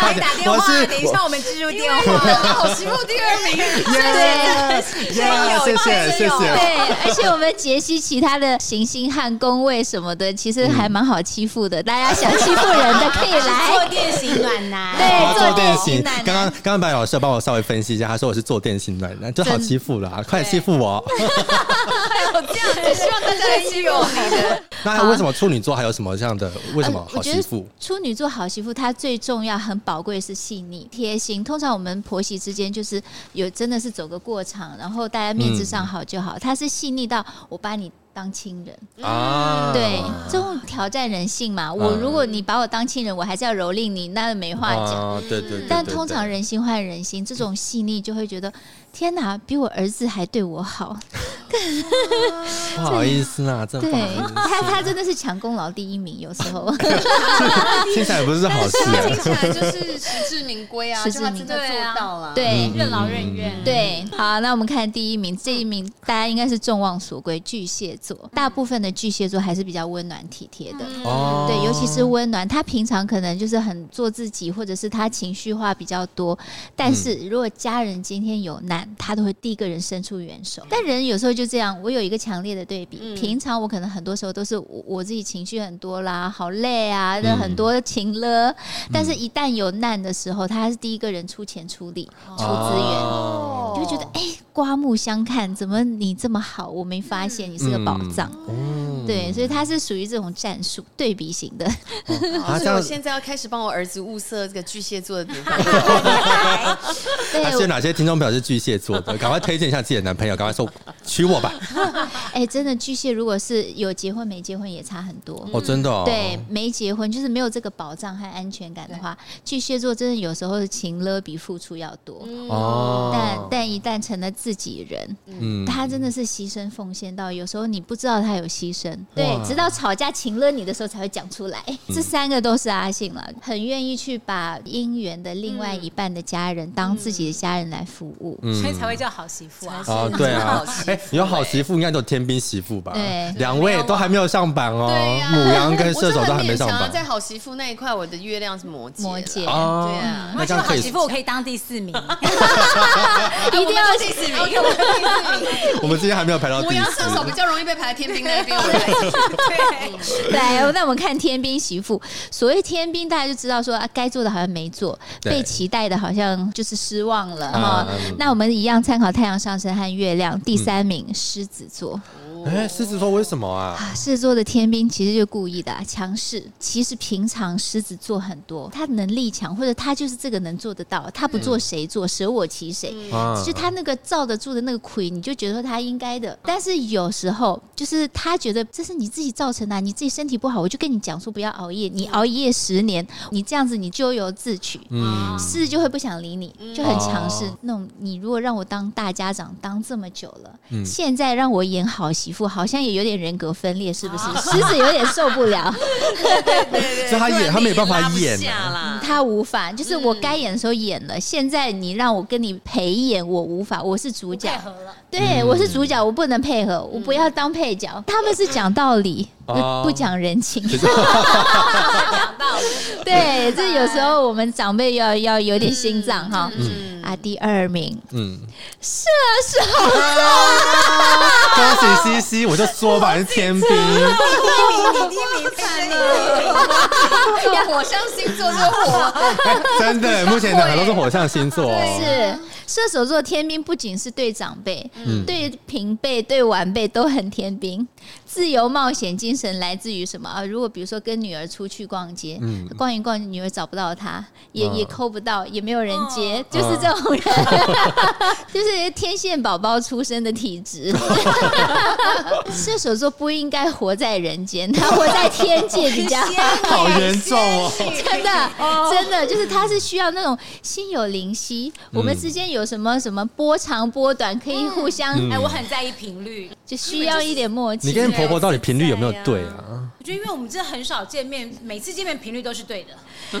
[SPEAKER 2] 快点
[SPEAKER 5] 打电
[SPEAKER 2] 我
[SPEAKER 5] 话，
[SPEAKER 2] 是
[SPEAKER 5] 等一下我们记住电
[SPEAKER 1] 我
[SPEAKER 5] 话。
[SPEAKER 1] 的好媳妇第二名，
[SPEAKER 2] 耶 耶，谢谢谢谢。
[SPEAKER 4] 对，而且我们解析其他的行星和宫位什么的，其实还蛮好欺负的。大家想欺负人的可以
[SPEAKER 3] 坐
[SPEAKER 4] 来，
[SPEAKER 3] 垫型暖男，
[SPEAKER 4] 对
[SPEAKER 2] 好
[SPEAKER 4] 坐
[SPEAKER 2] 电
[SPEAKER 4] 垫
[SPEAKER 2] 型
[SPEAKER 4] 型男，
[SPEAKER 2] 刚刚刚刚白老师有帮我稍微分析一下，他说我是坐电型暖男，就好欺负啦，快点欺负我。
[SPEAKER 1] 我这样子希望大家来欺负你的。
[SPEAKER 2] 那为什么处女座还有什么这样的？为什么
[SPEAKER 4] 呃
[SPEAKER 2] 好欺负？
[SPEAKER 4] 我觉得处女座好媳妇，她最重要、很宝贵的是细腻、贴心。通常我们婆媳之间就是有真的是走个过场，然后大家面子
[SPEAKER 2] 嗯
[SPEAKER 4] 上好就好。她是细腻到我把你当亲人，
[SPEAKER 2] 啊，
[SPEAKER 4] 嗯对，这种挑战人性嘛。我如果你把我当亲人，我还是要蹂躏你，那没话讲。
[SPEAKER 2] 啊，对对对。
[SPEAKER 4] 但
[SPEAKER 2] 对
[SPEAKER 4] 通常，人心换人心，这种细腻就会觉得，天哪，比我儿子还对 我好。
[SPEAKER 2] 对不好意思啊，真的不好
[SPEAKER 4] 对
[SPEAKER 2] 意思，
[SPEAKER 4] 他，他真的是抢功劳第一名，有时候。
[SPEAKER 2] 听起来不是好事
[SPEAKER 1] 他
[SPEAKER 2] 欸
[SPEAKER 1] 听。起来就是实至名归啊，
[SPEAKER 4] 实
[SPEAKER 1] 就
[SPEAKER 4] 至
[SPEAKER 1] 他
[SPEAKER 4] 名
[SPEAKER 1] 真的
[SPEAKER 3] 归
[SPEAKER 1] 做
[SPEAKER 3] 啊
[SPEAKER 1] 到了。
[SPEAKER 4] 对，
[SPEAKER 2] 嗯
[SPEAKER 3] 任劳任怨，，
[SPEAKER 4] 对，好，那我们看第一名，这一名大家应该是众望所归，巨蟹座。大部分的巨蟹座还是比较温暖体贴的，
[SPEAKER 2] 哦
[SPEAKER 4] 对，尤其是温暖。他平常可能就是很做自己，或者是他情绪化比较多，但是如果家人今天有难，他都会第一个人伸出援手。但人有时候就这样，我有一个强烈的对比，平常我可能很多时候都是我我自己情绪很多啦，好累啊，那很多情了，但是一旦有难的时候，他是第一个人出钱出力、出资源。
[SPEAKER 2] 哦
[SPEAKER 4] 就会觉得哎、刮目相看，怎么你这么好，我没发现你是个宝藏。
[SPEAKER 2] 嗯
[SPEAKER 4] 对，所以他是属于这种战术对比型的，
[SPEAKER 1] 所
[SPEAKER 2] 啊，这
[SPEAKER 1] 以哦我
[SPEAKER 2] 样
[SPEAKER 1] 现在要开始帮我儿子物色这个巨蟹座的典范。
[SPEAKER 4] 对，
[SPEAKER 2] 还是有哪些听众朋友是巨蟹座 的？赶快推荐一下自己的男朋友，赶快说娶我吧！
[SPEAKER 4] 哎、真的巨蟹如果是有结婚没结婚也差很多。
[SPEAKER 2] 哦，真的哦，
[SPEAKER 4] 对，没结婚就是没有这个保障和安全感的话，
[SPEAKER 2] 嗯
[SPEAKER 4] 巨蟹座真的有时候情勒比付出要多。
[SPEAKER 2] 哦，
[SPEAKER 4] 但但一旦成了自己人，
[SPEAKER 2] 嗯
[SPEAKER 4] 他真的是牺牲奉献到，有时候你不知道他有牺牲，对
[SPEAKER 2] 哇，嗯
[SPEAKER 4] 直到吵架情了你的时候才会讲出来。这三个都是阿信了，很愿意去把姻缘的另外一半的家人当自己的家人来服务。
[SPEAKER 2] 嗯
[SPEAKER 3] 所以才会叫好媳妇啊。
[SPEAKER 2] 哦，对啊
[SPEAKER 1] 好媳，妇
[SPEAKER 2] 哎，有好媳妇应该都有天兵媳妇吧？
[SPEAKER 4] 对
[SPEAKER 2] 两位都还没有上榜哦
[SPEAKER 1] 对，呀
[SPEAKER 2] 母羊跟射手
[SPEAKER 1] 我
[SPEAKER 2] 都
[SPEAKER 1] 就
[SPEAKER 2] 还
[SPEAKER 1] 很
[SPEAKER 2] 没
[SPEAKER 1] 勉
[SPEAKER 2] 上
[SPEAKER 1] 强啊
[SPEAKER 2] 榜
[SPEAKER 1] 在好媳妇那一块，我的月亮是摩羯啦，
[SPEAKER 4] 摩羯
[SPEAKER 2] 哦
[SPEAKER 1] 对啊
[SPEAKER 2] 那这样
[SPEAKER 3] 好
[SPEAKER 2] 可
[SPEAKER 3] 媳
[SPEAKER 2] 以
[SPEAKER 3] 妇，，我可以当第四名，
[SPEAKER 1] 一定要第四名，啊我们都第四名。
[SPEAKER 2] 我们今天还没有排到
[SPEAKER 1] 母
[SPEAKER 2] 第
[SPEAKER 1] 羊
[SPEAKER 2] 四
[SPEAKER 1] 射。手比较容易被排天兵那边，我们来
[SPEAKER 4] 来，那我们看天兵媳妇。所谓天兵，大家就知道说啊，该做的好像没做，
[SPEAKER 2] 对
[SPEAKER 4] 被期待的好像就是失望了哈、
[SPEAKER 2] 嗯
[SPEAKER 4] 那我们一样参考太阳上升和月亮，第三名狮子座。
[SPEAKER 2] 哎，狮子座为什么啊？
[SPEAKER 4] 啊，狮子座的天兵其实就故意的、啊、强势。其实平常狮子座很多，他能力强，或者他就是这个能做得到，他不做谁做，舍我其谁。
[SPEAKER 1] 嗯
[SPEAKER 2] 啊
[SPEAKER 4] 就他那个罩得住的那个魁，你就觉得说他应该的。但是有时候就是他觉得这是你自己造成的啊、你自己身体不好，我就跟你讲说不要熬夜，你熬夜十年，你这样子你咎由自取。
[SPEAKER 2] 嗯，
[SPEAKER 4] 是就会不想理你，就很强势、
[SPEAKER 2] 哦
[SPEAKER 4] 那种。你如果让我当大家长当这么久了，
[SPEAKER 2] 嗯
[SPEAKER 4] 现在让我演好媳妇，好像也有点人格分裂，是不是？狮子有点受不了，
[SPEAKER 2] 所以他演，他没有办法演
[SPEAKER 5] 不然你拉
[SPEAKER 2] 啊
[SPEAKER 5] 不下啦。
[SPEAKER 4] 他无法。就是我该演的时候演了，现在你让我跟你陪演，我无法，我是主角
[SPEAKER 3] 配。合了。
[SPEAKER 2] 嗯
[SPEAKER 4] 对，我是主角，我不能配合，我不要当配角。他们是讲道理，
[SPEAKER 2] 哦
[SPEAKER 4] 不不讲人情。 对，这有时候我们长辈要要有点心脏哈。
[SPEAKER 1] 嗯
[SPEAKER 4] 啊，第二名，
[SPEAKER 2] 嗯，
[SPEAKER 4] 射手
[SPEAKER 2] 恭喜西西，我就说吧，你是天兵，
[SPEAKER 1] 做火象星座就火，
[SPEAKER 2] 哎真的，目前的很多是火象星座哦，
[SPEAKER 4] 是射手座天兵不仅是对长辈，
[SPEAKER 2] 嗯
[SPEAKER 4] 对平辈、对晚辈都很天兵。自由冒险精神来自于什么啊？如果比如说跟女儿出去逛街，
[SPEAKER 2] 嗯
[SPEAKER 4] 逛一逛，女儿找不到她，也、
[SPEAKER 2] 嗯
[SPEAKER 4] 也抠不到，也没有人接，
[SPEAKER 5] 嗯
[SPEAKER 4] 就是这 种人， 就是天线宝宝出生的体 质。射手座不应该活在人间，他活在天界 比较好。
[SPEAKER 2] 好严重哦，
[SPEAKER 4] 真的，真的，就是他是需要那种心有灵犀，
[SPEAKER 2] 嗯
[SPEAKER 4] 我们之间有什么什么波长波短，可以互相
[SPEAKER 2] 嗯
[SPEAKER 3] 哎，我很在意频率，
[SPEAKER 4] 就需要一点默
[SPEAKER 2] 你
[SPEAKER 4] 契。
[SPEAKER 2] 跟婆婆到底频率有没有对啊？
[SPEAKER 3] 我觉得因为我们真的很少见面，每次见面频率都是对的。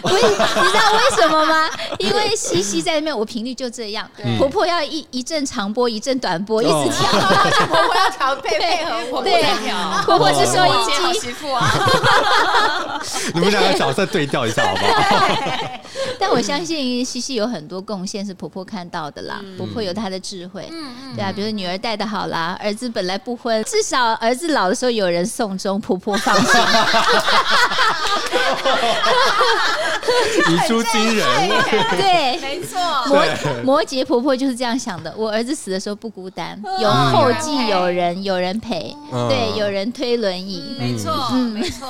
[SPEAKER 4] 我也你知道为什么吗？因为西西在那边，我频率就这样，婆婆要一一阵长波，一阵短波，一直
[SPEAKER 2] 嗯哦
[SPEAKER 4] 调。
[SPEAKER 5] 婆婆要调配配合我，
[SPEAKER 4] 对，婆婆是收
[SPEAKER 1] 我接好
[SPEAKER 2] 哦
[SPEAKER 4] 音机，
[SPEAKER 1] 媳妇啊，
[SPEAKER 2] 你们两个角色对调一下好不好？
[SPEAKER 4] 但我相信西西有很多贡献是婆婆看到的
[SPEAKER 2] 嗯
[SPEAKER 4] 啦，婆婆有她的智慧，对啊，比如女儿带的好啦，儿子本来不婚，至少儿子老的时候有人送终，婆婆 放心。
[SPEAKER 2] 遗出惊人，
[SPEAKER 4] 对，
[SPEAKER 5] 没错，
[SPEAKER 4] 摩摩羯婆婆就是这样想的，我儿子死的时候不孤单，有后继有人，有人陪，
[SPEAKER 2] 嗯
[SPEAKER 4] 对，有人推轮椅，
[SPEAKER 3] 没错，没 错，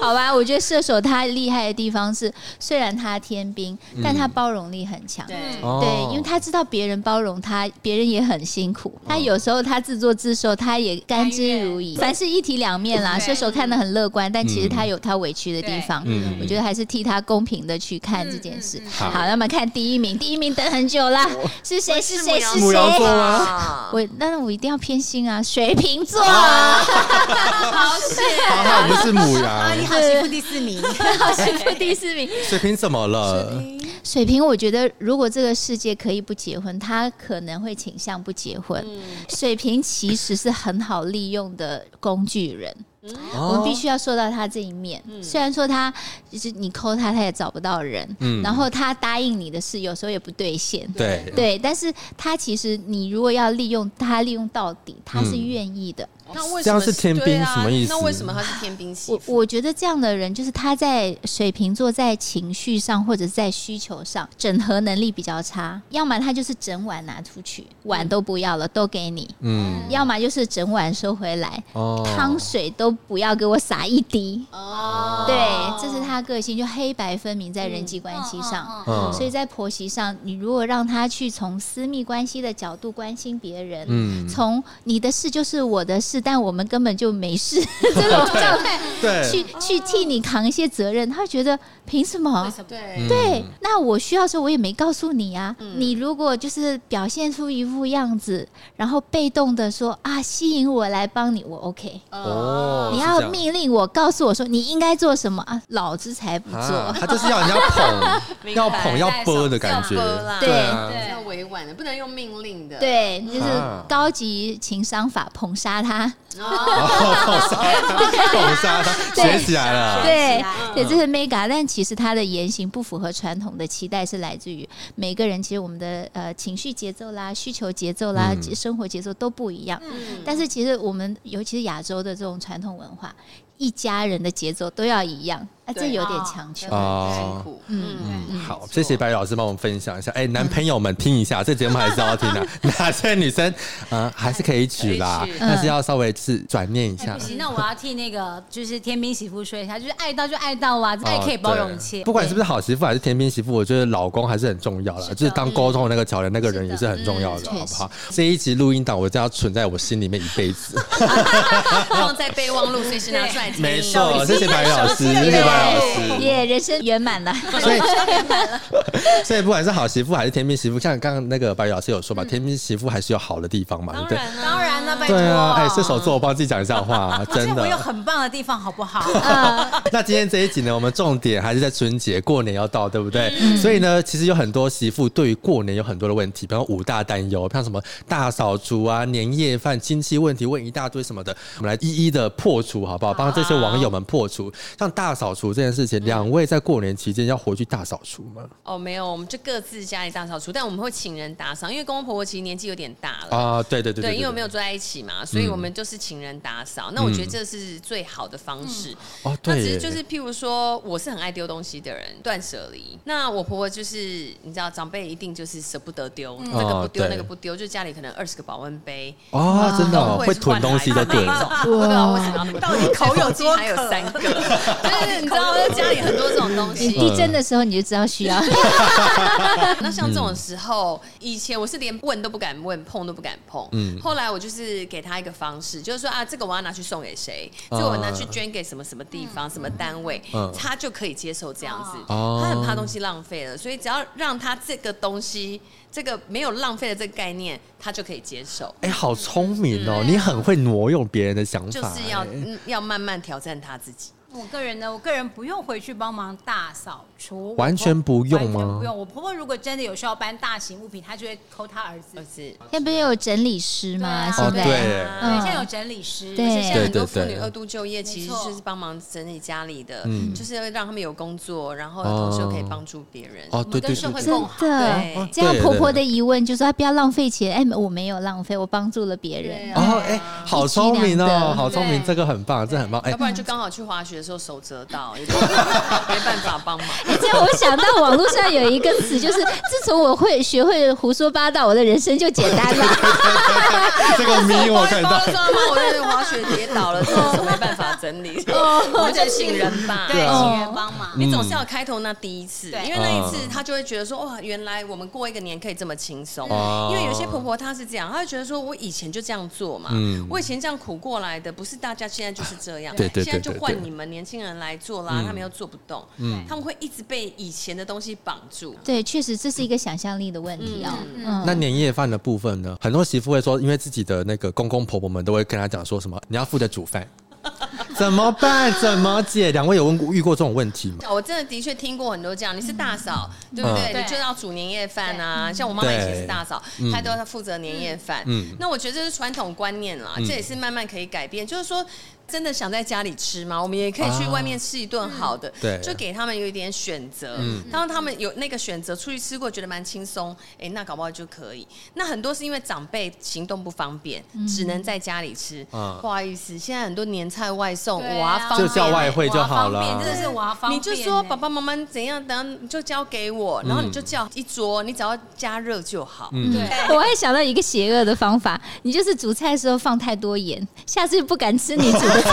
[SPEAKER 4] 好吧，我觉得射手他厉害的地方是，虽然他天兵，但他包容力很强。
[SPEAKER 1] 对
[SPEAKER 2] 哦哦
[SPEAKER 4] 对，因为他知道别人包容他，别人也很辛苦。他有时候他自作自受，他也甘之如饴。凡事一体两面啦，
[SPEAKER 3] 对
[SPEAKER 4] 射手看得很乐观，但其实他有他委屈的地方。
[SPEAKER 2] 嗯
[SPEAKER 4] 我觉得还是替他公平的去看这件事
[SPEAKER 3] 嗯嗯。哦
[SPEAKER 2] 嗯好
[SPEAKER 4] 好，那我们看第一名，第一名等很久啦，是谁？是谁？是
[SPEAKER 2] 牧
[SPEAKER 4] 谁
[SPEAKER 2] 羊？座吗？
[SPEAKER 5] 啊，
[SPEAKER 4] 我，那我一定要偏心啊，水瓶座。
[SPEAKER 3] 好险！
[SPEAKER 2] 啊，那我们是母羊，
[SPEAKER 3] 好媳妇第四名，
[SPEAKER 4] 好，幸福第四名。
[SPEAKER 2] 水瓶怎么了？
[SPEAKER 4] 水瓶，我觉得如果这个世界可以不结婚，他可能会倾向不结婚。
[SPEAKER 3] 嗯
[SPEAKER 4] 水瓶其实是很好利用的工具人，我们必须要说到他这一面。虽然说他就是你抠他，他也找不到人，
[SPEAKER 2] 嗯
[SPEAKER 4] 然后他答应你的事有时候也不兑现。
[SPEAKER 2] 对啊
[SPEAKER 4] 对，但是他其实你如果要利用他，利用到底，他是
[SPEAKER 2] 嗯
[SPEAKER 4] 愿意的。
[SPEAKER 1] 那为
[SPEAKER 2] 这
[SPEAKER 1] 什
[SPEAKER 2] 样
[SPEAKER 1] 么
[SPEAKER 2] 是天兵
[SPEAKER 1] 对啊
[SPEAKER 2] 什么意思
[SPEAKER 1] 那为什么他是天兵媳
[SPEAKER 4] 哦我
[SPEAKER 1] 妇？
[SPEAKER 4] 我觉得这样的人，就是他在水瓶座在情绪上或者是在需求上整合能力比较差，要么他就是整碗拿出去，碗都不要了，都给你；
[SPEAKER 2] 嗯，
[SPEAKER 4] 要么就是整碗收回来，
[SPEAKER 2] 哦
[SPEAKER 4] 汤水都不要给我洒一滴。
[SPEAKER 1] 哦，
[SPEAKER 4] 对，这是他个性，就黑白分明在人际关系上。
[SPEAKER 3] 嗯嗯
[SPEAKER 2] 嗯
[SPEAKER 4] 所以在婆媳上，你如果让他去从私密关系的角度关心别人，
[SPEAKER 2] 嗯
[SPEAKER 4] 从你的事就是我的事，但我们根本就 没事这种状态，去
[SPEAKER 2] 对，嗯
[SPEAKER 4] 去替你扛一些责任，他会觉得凭什么
[SPEAKER 3] 为？
[SPEAKER 2] 哦
[SPEAKER 3] 什么？
[SPEAKER 1] 对，
[SPEAKER 4] 对，那我需要的时候我也没告诉你啊。你如果就是表现出一副样子，然后被动的说啊吸引我来帮你，我 OK。
[SPEAKER 1] 呃
[SPEAKER 2] 哦，
[SPEAKER 4] 你
[SPEAKER 2] 是这
[SPEAKER 4] 要
[SPEAKER 2] 样
[SPEAKER 4] 命令我，告诉我说你应该做什么啊？老子才不
[SPEAKER 2] 啊
[SPEAKER 4] 做，。
[SPEAKER 2] 他就是要人家捧，
[SPEAKER 1] 明白
[SPEAKER 2] 要捧要啵的感觉
[SPEAKER 1] 要啵啦，
[SPEAKER 4] 对
[SPEAKER 2] 啊，
[SPEAKER 3] 对
[SPEAKER 1] 要委婉的，不能用命令的。
[SPEAKER 4] 对，就是
[SPEAKER 2] 啊
[SPEAKER 4] 高级情商法捧杀他。
[SPEAKER 1] 哦，
[SPEAKER 2] 捧杀他学起来了，
[SPEAKER 4] 对
[SPEAKER 3] 起来
[SPEAKER 4] 对，这是 mega，但其实他的言行不符合传统的期待，是来自于每个人其实我们的呃情绪节奏啦、需求节奏啦、
[SPEAKER 2] 嗯
[SPEAKER 4] 生活节奏都不一样。
[SPEAKER 3] 嗯
[SPEAKER 4] 但是其实我们尤其是亚洲的这种传统文化，一家人的节奏都要一样，啊，这
[SPEAKER 1] 对
[SPEAKER 4] 有点
[SPEAKER 3] 哦
[SPEAKER 4] 强求。
[SPEAKER 1] 辛
[SPEAKER 2] 哦。
[SPEAKER 1] 苦，
[SPEAKER 4] 嗯
[SPEAKER 1] 嗯，
[SPEAKER 2] 嗯，好，谢谢白老师帮我们分享一下。哎，男朋友们听一下，这节目还是要听 的。哪些女生，嗯，还是可以娶啦
[SPEAKER 1] 可以，娶
[SPEAKER 2] 但是要稍微是转念一下
[SPEAKER 3] 哎不。行，那我要替那个就是天兵媳妇说一下，就是爱到就爱到啊，爱
[SPEAKER 2] 哦
[SPEAKER 3] 可以包容
[SPEAKER 2] 对
[SPEAKER 3] 一切。
[SPEAKER 2] 不管是不是好媳妇还是甜品媳妇，我觉得老公还是很重要的，就是当沟通的那个桥梁，那个人也是很重要
[SPEAKER 4] 是
[SPEAKER 2] 的，嗯
[SPEAKER 4] 的
[SPEAKER 2] 好不好？这一集录音档我就要存在我心里面一辈子。
[SPEAKER 1] 放在备忘录，随时拿出来听。
[SPEAKER 2] 没错，谢谢白老师，谢谢白老师。
[SPEAKER 4] 对，耶，人生 圆满了。
[SPEAKER 2] 所以，所以不管是好媳妇还是天兵媳妇，像刚刚那个白宇老师有说嘛，天兵媳妇还是有好的地方嘛，对不对？
[SPEAKER 3] 当然了，拜托。
[SPEAKER 2] 对啊，哎，射手座，我帮自己讲一下话，真
[SPEAKER 3] 我有
[SPEAKER 2] 的。
[SPEAKER 3] 很棒的地方，好 不好？
[SPEAKER 2] 那今天这一集呢，我们重点还是在春节，过年要到，对不对？所以呢，其实有很多媳妇对于过年有很多的问题，比方五大担忧，像什么大扫除啊、年夜饭、亲戚问题问一大堆什么的，我们来一一的破除，好不好？帮这些网友们破除。像大扫除这件事情，两位在过年期间要回去大扫除吗？
[SPEAKER 1] 哦，没有，我们就各自家里大扫除，但我们会请人打扫，因为公公婆婆其实年纪有点大了。
[SPEAKER 2] 啊，对对对
[SPEAKER 1] 对，因为我
[SPEAKER 2] 对
[SPEAKER 1] 没有住在一起嘛，所以我们就是是情人打扫，那我觉得这是最好的方式。
[SPEAKER 4] 嗯
[SPEAKER 2] 哦，
[SPEAKER 1] 那
[SPEAKER 2] 对
[SPEAKER 1] 只
[SPEAKER 2] 耶，
[SPEAKER 1] 是就是，譬如说，我是很爱丢东西的人，断舍离。那我婆婆就是，你知道，长辈一定就是舍不得丢，
[SPEAKER 5] 嗯
[SPEAKER 1] 这个不丢，
[SPEAKER 2] 哦对
[SPEAKER 1] 那个不丢，就家里可能二十个保温杯，
[SPEAKER 2] 哦，真的哦会囤东西的
[SPEAKER 1] 对
[SPEAKER 2] 对
[SPEAKER 1] 那
[SPEAKER 2] 了。
[SPEAKER 1] 种，我不知道为什么要那么多
[SPEAKER 5] 到底哦口 有
[SPEAKER 1] 手机
[SPEAKER 5] 多
[SPEAKER 1] 还有
[SPEAKER 5] 渴
[SPEAKER 1] 三 个，就是你知道，就家里很多这种东
[SPEAKER 4] 你
[SPEAKER 1] 西。
[SPEAKER 4] 地震的时候你就知道需要，
[SPEAKER 1] 那像
[SPEAKER 2] 嗯
[SPEAKER 1] 这种时候，以前我是连问都不敢问，碰都不敢碰。
[SPEAKER 2] 嗯
[SPEAKER 1] 后来我就是给他一个方式，就是说啊，这个我要拿去送给谁，这个我拿去捐给什么什么地方、什么单位
[SPEAKER 2] 啊嗯，
[SPEAKER 1] 他就可以接受这样子。
[SPEAKER 2] 哦
[SPEAKER 1] 他很怕东西浪费了，所以只要让他这个东西，这个没有浪费的这个概念，他就可以接受。
[SPEAKER 2] 哎，好聪明哦，你很会挪用别人的想法，
[SPEAKER 1] 就是要
[SPEAKER 2] 哎
[SPEAKER 1] 嗯要慢慢挑战他自己。
[SPEAKER 3] 我个人呢，我个人不用回去帮忙大扫除，
[SPEAKER 2] 完全不用吗
[SPEAKER 3] 完全不用。我婆婆如果真的有需要搬大型物品，她就会扣她儿子
[SPEAKER 1] 儿。子，
[SPEAKER 4] 现在不是有整理师吗？
[SPEAKER 3] 对啊
[SPEAKER 4] 现
[SPEAKER 2] 哦，
[SPEAKER 4] 在
[SPEAKER 2] 对，
[SPEAKER 3] 对，
[SPEAKER 4] 嗯
[SPEAKER 3] 现在有整理师，
[SPEAKER 4] 对
[SPEAKER 3] 而且
[SPEAKER 1] 现在
[SPEAKER 3] 现在
[SPEAKER 1] 很多妇
[SPEAKER 2] 对对
[SPEAKER 1] 女
[SPEAKER 2] 对
[SPEAKER 1] 二度就业，
[SPEAKER 3] 没
[SPEAKER 1] 其实
[SPEAKER 3] 错
[SPEAKER 1] 就是帮忙整理家里的，
[SPEAKER 2] 嗯
[SPEAKER 1] 就是让他们有工作，然后同时又可以帮助别人。
[SPEAKER 2] 哦，对
[SPEAKER 3] 跟
[SPEAKER 2] 对
[SPEAKER 3] 社
[SPEAKER 2] 对
[SPEAKER 3] 会
[SPEAKER 2] 对，
[SPEAKER 3] 共
[SPEAKER 4] 真
[SPEAKER 3] 好
[SPEAKER 4] 的
[SPEAKER 1] 对哦。
[SPEAKER 4] 这样
[SPEAKER 2] 对
[SPEAKER 4] 婆婆
[SPEAKER 2] 对
[SPEAKER 4] 的疑问就说哎不要浪费钱，哎，我没有浪费，我帮助了别人。
[SPEAKER 1] 啊
[SPEAKER 2] 哦，哎，好聪明
[SPEAKER 4] 一举两
[SPEAKER 2] 哦，
[SPEAKER 4] 得
[SPEAKER 2] 好聪明，
[SPEAKER 3] 对
[SPEAKER 2] 这个很棒，这很棒，哎
[SPEAKER 1] 要不，然就刚好去滑雪的时候手折到，也没办法帮忙。
[SPEAKER 4] 这样我想到网络上有一个词，就是自从我会学会胡说八道，我的人生就简单了。
[SPEAKER 2] 这个咪我看到
[SPEAKER 1] 包，了说妈，我那滑雪跌倒了，真的 是没办法整理，
[SPEAKER 2] 嗯
[SPEAKER 1] 我们就请人吧。
[SPEAKER 3] 对，
[SPEAKER 2] 啊
[SPEAKER 3] 请人帮忙。
[SPEAKER 1] 你总是要开头那第一次，
[SPEAKER 3] 对
[SPEAKER 1] 因为那一次他就会觉得说，哇，原来我们过一个年可以这么轻松。
[SPEAKER 2] 哦
[SPEAKER 1] 因为有些婆婆她是这样，她就觉得说我以前就这样做嘛
[SPEAKER 2] 嗯，
[SPEAKER 1] 我以前这样苦过来的，不是大家现在就是这样，
[SPEAKER 2] 对对对
[SPEAKER 1] 现在就
[SPEAKER 2] 对对
[SPEAKER 1] 换
[SPEAKER 2] 对嗯
[SPEAKER 1] 你们年轻人来做啦，他们又做不动，他们会一直被以前的东西绑住。
[SPEAKER 4] 对，确实这是一个想象力的问题哦。嗯，
[SPEAKER 2] 那年夜饭的部分呢？很多媳妇会说，因为自己的那个公公婆婆们都会跟她讲说什么，你要负责煮 饭，怎么办？怎么解？两位有问过遇过这种问题 吗？
[SPEAKER 1] 哦我真的的确听过很多这样，你是大嫂，对不
[SPEAKER 3] 嗯
[SPEAKER 1] 对？你
[SPEAKER 3] 对
[SPEAKER 1] 就要煮年夜饭啊。像我妈妈以前是大嫂，她都要负责年夜饭。
[SPEAKER 2] 嗯
[SPEAKER 1] 那我觉得这是传统观念啦，这也是慢慢可以改变。就是说，真的想在家里吃吗？我们也可以去
[SPEAKER 2] 啊
[SPEAKER 1] 外面吃一顿好的，
[SPEAKER 2] 对嗯
[SPEAKER 1] 就给他们有一点选择。当他们有那个选择，出去吃过觉得蛮轻松，哎，那搞不好就可以。那很多是因为长辈行动不方便，只
[SPEAKER 3] 嗯
[SPEAKER 1] 能在家里吃。
[SPEAKER 2] 嗯
[SPEAKER 1] 不好意思，现在很多年菜外送，
[SPEAKER 3] 对啊
[SPEAKER 1] 我要方
[SPEAKER 2] 就
[SPEAKER 1] 便
[SPEAKER 2] 叫外汇就好了
[SPEAKER 3] 我要方便真的是我要方
[SPEAKER 1] 你
[SPEAKER 3] 便。嗯
[SPEAKER 1] 就说爸爸妈妈怎样，等下你就交给我，然后你就叫一桌，你只要加热就好。
[SPEAKER 3] 对，
[SPEAKER 4] 我还想到一个邪恶的方法，你就是煮菜的时候放太多盐，下次就不敢吃你煮的菜。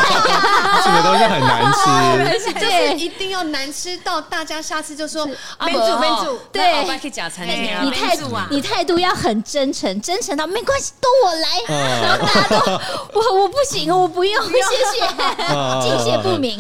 [SPEAKER 2] 什么东西 很难吃？
[SPEAKER 1] 就是
[SPEAKER 4] 对，
[SPEAKER 1] 一定要难吃到大家下次就说阿
[SPEAKER 3] 边
[SPEAKER 1] 伯
[SPEAKER 4] 啊
[SPEAKER 3] 煮边
[SPEAKER 1] 哦
[SPEAKER 3] 煮
[SPEAKER 1] 那
[SPEAKER 4] 对
[SPEAKER 1] 我爸可以假餐
[SPEAKER 3] 哎
[SPEAKER 1] 厅啊
[SPEAKER 4] 你
[SPEAKER 3] 没
[SPEAKER 4] 态
[SPEAKER 3] 煮啊
[SPEAKER 4] 你态度要很真诚，真诚到没关系，都我来。
[SPEAKER 2] 啊
[SPEAKER 4] 然后大家都 我我不行，我不用，谢谢，
[SPEAKER 2] 啊
[SPEAKER 4] 敬谢不明。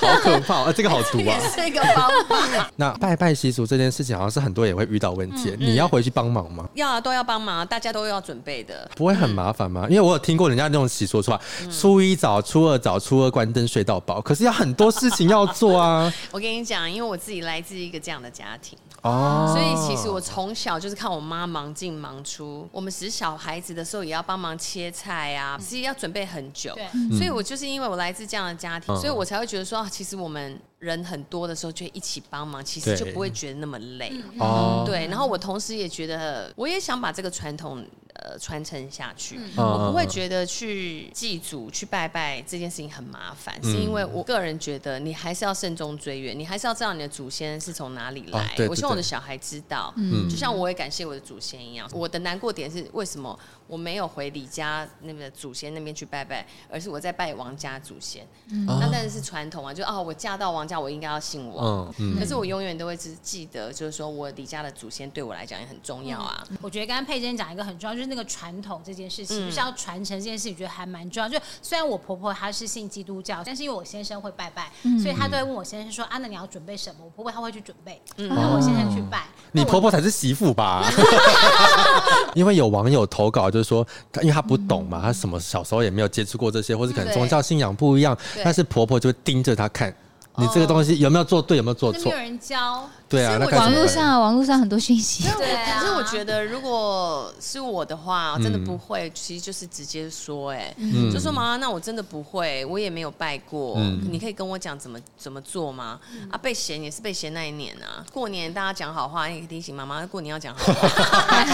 [SPEAKER 2] 好可怕！啊，这个好毒 啊！
[SPEAKER 1] 是一个方法，
[SPEAKER 2] 那拜拜习俗这件事情，好像是很多人也会遇到问
[SPEAKER 1] 嗯
[SPEAKER 2] 题。你要回去帮忙吗？
[SPEAKER 1] 要啊都要帮忙，大家都要准备的。
[SPEAKER 2] 不会很麻烦吗？因为我有听过人家那种习俗说，初一早、初二早、初二关灯睡到饱，可是要很多事情要做啊。
[SPEAKER 1] 我跟你讲，因为我自己来自一个这样的家庭，
[SPEAKER 2] 哦，
[SPEAKER 1] 所以其实我从小就是看我妈忙进忙出。我们使小孩子的时候也要帮忙切菜啊，其实要准备很久
[SPEAKER 3] 对。
[SPEAKER 1] 所以我就是因为我来自这样的家庭，
[SPEAKER 2] 嗯
[SPEAKER 1] 所以我才会觉得说，啊其实我们人很多的时候就一起帮忙，其实
[SPEAKER 2] 对
[SPEAKER 1] 就不会觉得那么累。
[SPEAKER 2] 哦，
[SPEAKER 1] 嗯对，然后我同时也觉得，我也想把这个传统呃传承下去。
[SPEAKER 2] 嗯
[SPEAKER 1] 我不会觉得去祭祖、去拜拜这件事情很麻烦，是
[SPEAKER 2] 嗯
[SPEAKER 1] 因为我个人觉得你还是要慎终追远，你还是要知道你的祖先是从哪里来。
[SPEAKER 2] 哦对对
[SPEAKER 1] 我希望我的
[SPEAKER 2] 对嗯
[SPEAKER 1] 小孩知道，就像我也感谢我的祖先一样。我的难过点是为什么我没有回李家那个祖先那边去拜拜，而是我在拜王家祖先。
[SPEAKER 2] 哦
[SPEAKER 1] 那当然是传统啊，就哦，我嫁到王家，我应该要姓王。
[SPEAKER 2] 嗯嗯
[SPEAKER 1] 可是我永远都会只记得，就是说我李家的祖先对我来讲也很重要啊。
[SPEAKER 3] 我觉得刚刚佩珍讲一个很重要，就是那个传统这件事情，
[SPEAKER 1] 嗯
[SPEAKER 3] 就是要传承这件事情，我觉得还蛮重要。就虽然我婆婆她是信基督教，但是因为我先生会拜拜，
[SPEAKER 1] 嗯
[SPEAKER 3] 所以她都会问我先生说：“啊，那你要准备什么？”我婆婆她会去准备，
[SPEAKER 1] 嗯
[SPEAKER 3] 那我先生去
[SPEAKER 2] 哦
[SPEAKER 3] 拜。
[SPEAKER 2] 你婆婆才是媳妇 吧？因为有网友投稿，就是说，她因为她不懂
[SPEAKER 1] 嗯
[SPEAKER 2] 嘛，她什么小时候也没有接触过这些，或者可能
[SPEAKER 1] 对
[SPEAKER 2] 宗教信仰不一样
[SPEAKER 1] 对，哦
[SPEAKER 2] 但是婆婆就会盯着她看。你这个东西有没有做对，有没有做
[SPEAKER 3] 那没
[SPEAKER 2] 错
[SPEAKER 3] 有？人教，
[SPEAKER 2] 对啊，
[SPEAKER 1] 是
[SPEAKER 2] 那
[SPEAKER 1] 我
[SPEAKER 2] 该怎
[SPEAKER 4] 网
[SPEAKER 2] 么
[SPEAKER 4] 络
[SPEAKER 2] 办
[SPEAKER 4] 上啊，网络上很多讯息。
[SPEAKER 3] 对啊
[SPEAKER 1] 可是我觉得，如果是我的话，真的
[SPEAKER 2] 嗯
[SPEAKER 1] 不会，其实就是直接说、哎、
[SPEAKER 2] 嗯
[SPEAKER 1] 就说妈妈，那我真的不会，我也没有拜过，
[SPEAKER 2] 嗯
[SPEAKER 1] 你可以跟我讲怎么怎么做吗？啊，被嫌也是被嫌那一年啊，过年大家讲好话，也可以提醒妈妈过年要讲好 话，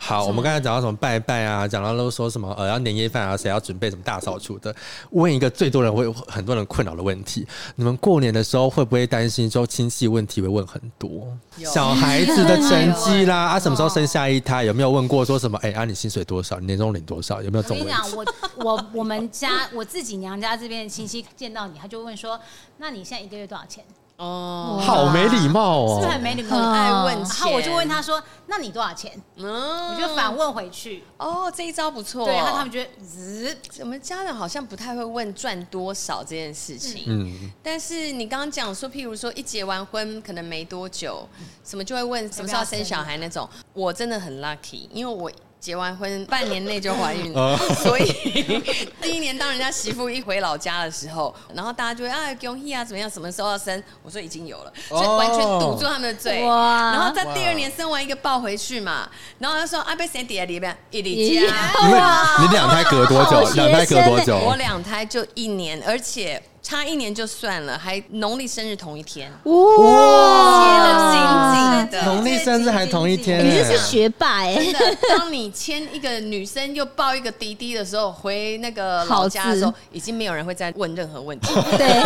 [SPEAKER 2] 好，我们刚才讲到什么拜拜啊，讲到都说什么呃要年夜饭啊，谁要准备什么大扫除的。问一个最多人会很多人困扰的问题：你们过年的时候会不会担心说亲戚问题会问很多？
[SPEAKER 1] 有
[SPEAKER 2] 小孩子的成绩啦，啊什么时候生下一胎？有没有问过说什么？哎、啊你薪水多少？你年终领多少？有没有这
[SPEAKER 3] 我
[SPEAKER 2] 种
[SPEAKER 3] 跟
[SPEAKER 2] 问
[SPEAKER 3] 你
[SPEAKER 2] 题？
[SPEAKER 3] 讲，我 我我们家我自己娘家这边的亲戚见到你，他就会问说：“那你现在一个月多少钱？”
[SPEAKER 1] 哦，
[SPEAKER 2] 好没礼貌
[SPEAKER 3] 是
[SPEAKER 2] 哦、
[SPEAKER 3] 不是很没礼貌？
[SPEAKER 4] 很爱问
[SPEAKER 3] 然后
[SPEAKER 1] 钱
[SPEAKER 3] 我就问他说：“那你多少钱？”
[SPEAKER 1] 嗯
[SPEAKER 3] 我就反问回去，
[SPEAKER 1] 哦，这一招不错，
[SPEAKER 3] 对，然后他们觉得，嗯滋
[SPEAKER 1] 我们家人好像不太会问赚多少这件事情，
[SPEAKER 2] 嗯，
[SPEAKER 1] 但是你刚刚讲说，譬如说一结完婚可能没多久，什么就会问什么时候嗯要生小孩那种，我真的很 lucky，因为我。结完婚半年内就怀孕了， 所以第一年当人家媳妇一回老家的时候，然后大家就会啊恭喜啊怎么样，什么时候要生？我说已经有了，所以完全堵住他们的嘴。
[SPEAKER 4] 哇
[SPEAKER 1] 然后在第二年生完一个抱回去嘛，然后他说啊被谁抵在里面？一里家。
[SPEAKER 2] 因为你两胎隔多久
[SPEAKER 4] 好？学
[SPEAKER 2] 两胎隔多久？
[SPEAKER 1] 我两胎就一年，而且差一年就算了，还农历生日同一天，
[SPEAKER 4] 哇哦
[SPEAKER 1] 接了紧紧的。
[SPEAKER 2] 农历生日还同一天、
[SPEAKER 4] 你
[SPEAKER 2] 呢。
[SPEAKER 4] 这是学霸哎、
[SPEAKER 1] 真的，当你牵一个女生又抱一个弟弟的时候，回那个老家的时候
[SPEAKER 4] 好，
[SPEAKER 1] 已经没有人会再问任何问题，
[SPEAKER 4] 对，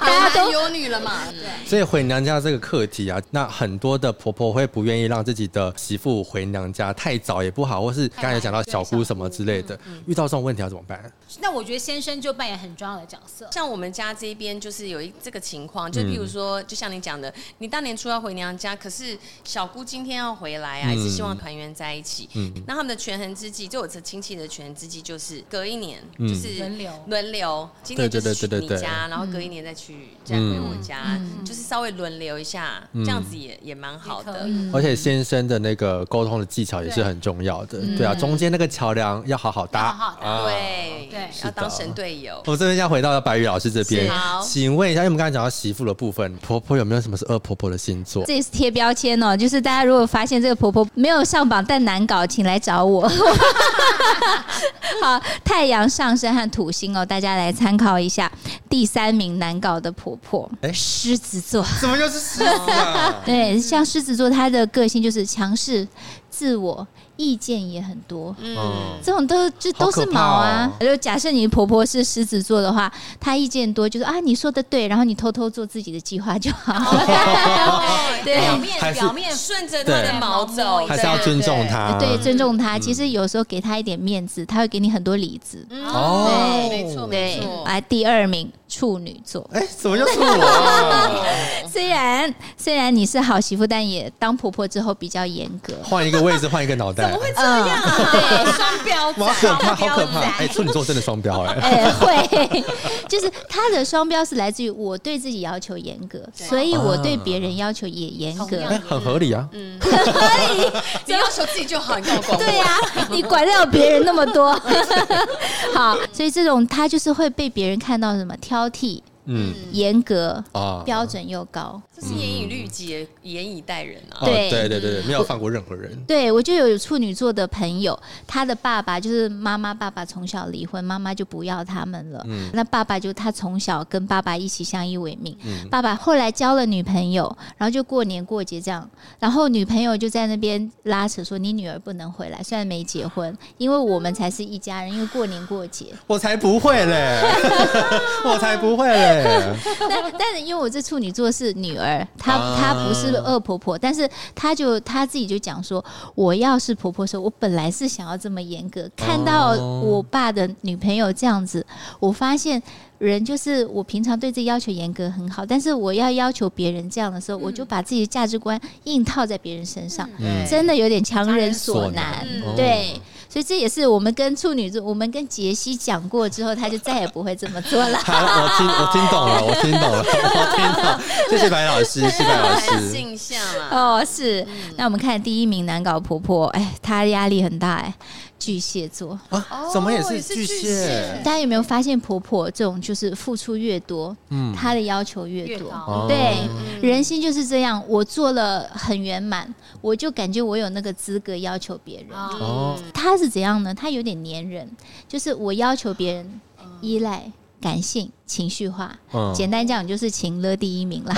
[SPEAKER 4] 大家
[SPEAKER 1] 有男
[SPEAKER 4] 都
[SPEAKER 1] 有女了嘛？对，
[SPEAKER 2] 所以回娘家这个课题啊，那很多的婆婆会不愿意让自己的媳妇回娘家，太早也不好，或是刚才有讲到小姑什么之类的，遇到这种问题要怎么办？
[SPEAKER 3] 那我觉得先生就扮演很重要的角色。
[SPEAKER 1] 像我们家这边就是有一这个情况，
[SPEAKER 2] 嗯
[SPEAKER 1] 就比如说，就像你讲的，你大年初要回娘家，可是小姑今天要回来啊，
[SPEAKER 2] 嗯
[SPEAKER 1] 一直希望团圆在一起。
[SPEAKER 2] 嗯
[SPEAKER 1] 那他们的权衡之计，就我这亲戚的权衡之计，就是隔一年，
[SPEAKER 2] 嗯
[SPEAKER 1] 就是
[SPEAKER 3] 轮流
[SPEAKER 1] 轮流，今天就是去
[SPEAKER 2] 对对
[SPEAKER 1] 你
[SPEAKER 2] 对对对
[SPEAKER 1] 家，然后隔一年再去再回我家，就是稍微轮流一下，
[SPEAKER 2] 嗯
[SPEAKER 1] 这样子也也蛮好
[SPEAKER 3] 也
[SPEAKER 1] 的
[SPEAKER 3] 可。以
[SPEAKER 2] 而且先生的那个沟通的技巧也是很重要的，对啊，中间那个桥梁要好好搭。
[SPEAKER 3] 要好好搭
[SPEAKER 2] 啊。
[SPEAKER 1] 对
[SPEAKER 3] 对
[SPEAKER 2] 是
[SPEAKER 1] 要
[SPEAKER 2] 的
[SPEAKER 1] 当神队友。
[SPEAKER 2] 我这边要回到白宇老师这边
[SPEAKER 1] 是好，
[SPEAKER 2] 请问一下，因为我们刚才讲到媳妇的部分，婆婆有没有什么是恶婆婆的星座？
[SPEAKER 4] 这也是贴标签哦。就是大家如果发现这个婆婆没有上榜但难搞，请来找 我。好，太阳上升和土星哦，大家来参考一下。第三名难搞的婆婆
[SPEAKER 2] 哎，
[SPEAKER 4] 狮子座，
[SPEAKER 2] 怎么又是狮子 啊？
[SPEAKER 4] 对，像狮子座，她的个性就是强势、自我，意见也很多。
[SPEAKER 1] 嗯，
[SPEAKER 4] 这种都就都是毛啊
[SPEAKER 2] 好可！哦
[SPEAKER 4] 就假设你婆婆是狮子座的话，她意见多，就是啊你说的对，然后你偷偷做自己的计划就好
[SPEAKER 2] 啊
[SPEAKER 4] 了。对
[SPEAKER 3] 表
[SPEAKER 2] 还
[SPEAKER 3] 面
[SPEAKER 2] 是
[SPEAKER 3] 表面
[SPEAKER 1] 顺着他的
[SPEAKER 2] 对
[SPEAKER 1] 毛走，
[SPEAKER 2] 还是要尊重她。
[SPEAKER 4] 对，尊重她。
[SPEAKER 2] 嗯
[SPEAKER 4] 其实有时候给她一点面子，她会给你很多里子。
[SPEAKER 2] 哦
[SPEAKER 1] 哦，没错没
[SPEAKER 4] 对
[SPEAKER 1] 错，，
[SPEAKER 4] 来第二名处女座，
[SPEAKER 2] 哎，怎么又是我 啊？
[SPEAKER 4] 虽然虽然你是好媳妇，但也当婆婆之后比较严格。
[SPEAKER 2] 换一个位置，换一个脑袋。
[SPEAKER 4] 嗯，对，
[SPEAKER 3] 双 标仔，
[SPEAKER 2] 好可怕，
[SPEAKER 3] 双
[SPEAKER 2] 好可
[SPEAKER 3] 标
[SPEAKER 2] 怕！
[SPEAKER 3] 仔
[SPEAKER 2] 哎，处女座真的双标哎。
[SPEAKER 4] 哎、会， 就是她的双标是来自于我对自己要求严格，所以我对别人要求也严
[SPEAKER 3] 同
[SPEAKER 4] 格。
[SPEAKER 3] 样
[SPEAKER 2] 哎，很合理啊，
[SPEAKER 1] 你要求自己就好，你跟我
[SPEAKER 4] 嗯对呀、你管得了别人那么多， 好，所以这种她就是会被别人看到什么挑剔、
[SPEAKER 2] 嗯
[SPEAKER 4] 严格、
[SPEAKER 2] 啊，
[SPEAKER 4] 标准又高。
[SPEAKER 1] 这是严以律己，严以待人啊。
[SPEAKER 2] 啊
[SPEAKER 4] 对
[SPEAKER 2] 对对对对，没有放过任何人。
[SPEAKER 4] 对，我就有处女座的朋友，他的爸爸就是妈妈，爸爸从小离婚，妈妈就不要他们了。那爸爸就他从小跟爸爸一起相依为命，爸爸后来交了女朋友，然后就过年过节这样，然后女朋友就在那边拉扯说：“你女儿不能回来，虽然没结婚，因为我们才是一家人，因为过年过节。”
[SPEAKER 2] 我才不会嘞，我才不会嘞。
[SPEAKER 4] 但 但是因为我这处女座是女儿，她
[SPEAKER 2] 啊
[SPEAKER 4] 她不是恶婆婆，但是她就她自己就讲说，我要是婆婆的时候，我本来是想要这么严格，看到
[SPEAKER 2] 哦
[SPEAKER 4] 我爸的女朋友这样子，我发现。人就是我平常对自己要求严格很好，但是我要要求别人这样的时候，我就把自己的价值观硬套在别人身上，
[SPEAKER 2] 嗯
[SPEAKER 4] 真的有点强人
[SPEAKER 2] 强
[SPEAKER 4] 所
[SPEAKER 2] 人所
[SPEAKER 4] 难
[SPEAKER 2] 难。嗯
[SPEAKER 4] 对，所以这也是我们跟处女座，我们跟杰西讲过之后，他就再也不会这么做了。
[SPEAKER 2] 好，我听我听懂了，我听懂了，我听懂。谢谢白老师，谢谢白老
[SPEAKER 1] 男
[SPEAKER 2] 师。
[SPEAKER 1] 性向啊，
[SPEAKER 4] 哦哦，是。那我们看第一名难搞婆婆，哎，她压力很大哎。巨蟹座。
[SPEAKER 1] 哦
[SPEAKER 2] 啊，怎么也
[SPEAKER 1] 也
[SPEAKER 2] 是
[SPEAKER 1] 是
[SPEAKER 2] 巨
[SPEAKER 1] 巨
[SPEAKER 2] 蟹
[SPEAKER 1] 蟹？
[SPEAKER 4] 大家有没有发现，婆婆这种就是付出越多，
[SPEAKER 2] 嗯
[SPEAKER 4] 她的要求越
[SPEAKER 3] 越
[SPEAKER 4] 多。
[SPEAKER 3] 高
[SPEAKER 2] 哦
[SPEAKER 4] 对，
[SPEAKER 1] 嗯
[SPEAKER 4] 人心就是这样。我做了很圆满，我就感觉我有那个资格要求别人。
[SPEAKER 3] 啊，
[SPEAKER 2] 哦，
[SPEAKER 4] 她是怎样呢？她有点粘人，就是我要求别人依赖、感性、情绪化。
[SPEAKER 2] 嗯
[SPEAKER 4] 简单讲就是情勒第一名啦。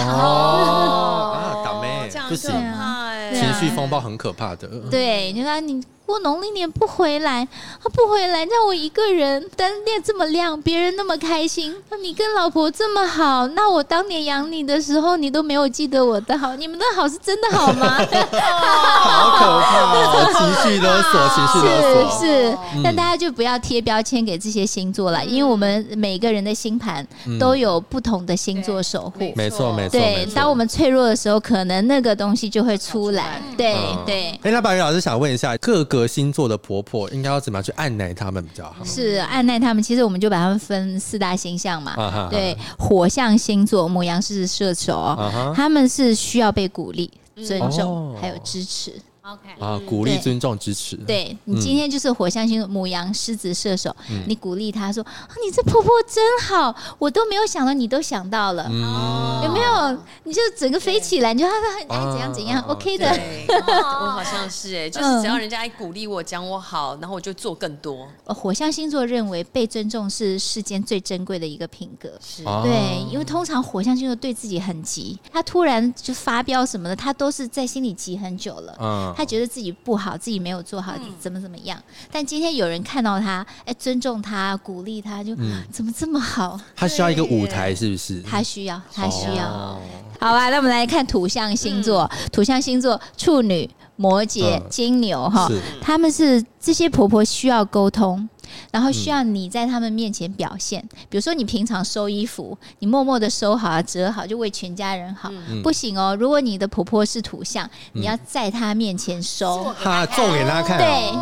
[SPEAKER 2] 哦啊，打妹
[SPEAKER 1] 这样
[SPEAKER 2] 不
[SPEAKER 1] 很可
[SPEAKER 2] 行，
[SPEAKER 1] 怕哎，
[SPEAKER 4] 对
[SPEAKER 2] 情
[SPEAKER 4] 啊
[SPEAKER 2] 绪风暴很可怕的。
[SPEAKER 4] 对，你看你过农历年不回来，他不回来，让我一个人单恋这么亮，别人那么开心，啊你跟老婆这么好，那我当年养你的时候，你都没有记得我的好，你们的好是真的好吗？
[SPEAKER 2] 好可怕哦，情绪勒索，情绪勒
[SPEAKER 4] 是
[SPEAKER 2] 索。
[SPEAKER 4] 是
[SPEAKER 2] 嗯，
[SPEAKER 4] 但大家就不要贴标签给这些星座了，因为我们每个人的星盘都有不同的星座守护。
[SPEAKER 2] 嗯没错，没错。
[SPEAKER 4] 对
[SPEAKER 2] 没，错
[SPEAKER 4] 当我们脆弱的时候，可能那个东西就会出来。对
[SPEAKER 2] 嗯
[SPEAKER 4] 对，
[SPEAKER 2] 哎，那白云老师想问一下，各个星座的婆婆应该要怎么样去按耐他们比较 好？
[SPEAKER 4] 是按耐他们。其实我们就把他们分四大星象嘛。
[SPEAKER 2] 啊哈
[SPEAKER 4] 对，火象星座，母羊是射手，哦
[SPEAKER 2] 啊哈
[SPEAKER 4] 他们是需要被鼓励、尊
[SPEAKER 2] 哦
[SPEAKER 4] 重，还有支持。
[SPEAKER 3] OK，
[SPEAKER 2] 啊，鼓励、
[SPEAKER 4] 对
[SPEAKER 2] 尊重、支持。，
[SPEAKER 4] 对
[SPEAKER 2] 嗯
[SPEAKER 4] 你今天就是火象星座，母羊、狮子、射手，你鼓励他说：“啊，你这婆婆真好，我都没有想到，你都想到了。
[SPEAKER 2] 嗯，
[SPEAKER 4] 有没有？你就整个飞起来，你就哈哈，哎，怎样怎样、
[SPEAKER 2] 啊
[SPEAKER 4] o k 的。
[SPEAKER 1] 对，
[SPEAKER 4] 啊
[SPEAKER 3] 哦
[SPEAKER 1] 我好像是
[SPEAKER 4] 嗯
[SPEAKER 1] 哎，就是只要人家一鼓励我，讲我好，然后我就做更多。
[SPEAKER 4] 火象星座认为被尊重是世间最珍贵的一个品格。
[SPEAKER 1] 是
[SPEAKER 2] 啊
[SPEAKER 4] 对，因为通常火象星座对自己很急，他突然就发飙什么的，他都是在心里急很久了。
[SPEAKER 2] 嗯
[SPEAKER 4] 他觉得自己不好，自己没有做好，怎么怎么样。但今天有人看到他，哎，尊重他，鼓励他，就、
[SPEAKER 2] 嗯
[SPEAKER 4] 怎么这么好？
[SPEAKER 2] 他需要一个舞台，是不是？
[SPEAKER 4] 他需要，他需要。
[SPEAKER 2] 哦
[SPEAKER 4] 好啊吧，那我们来看土象星座，土象星座处女、摩羯、
[SPEAKER 2] 嗯
[SPEAKER 4] 金牛哈
[SPEAKER 2] 是，
[SPEAKER 4] 他们是这些婆婆需要沟通。然后
[SPEAKER 2] 嗯
[SPEAKER 4] 需要你在他们面前表现，比如说你平常收衣服，你默默的收好啊，折好，就为全家人好。
[SPEAKER 2] 嗯
[SPEAKER 4] 不行哦，如果你的婆婆是土象，你要在她面前收。
[SPEAKER 2] 他做给他看。啊
[SPEAKER 4] 对，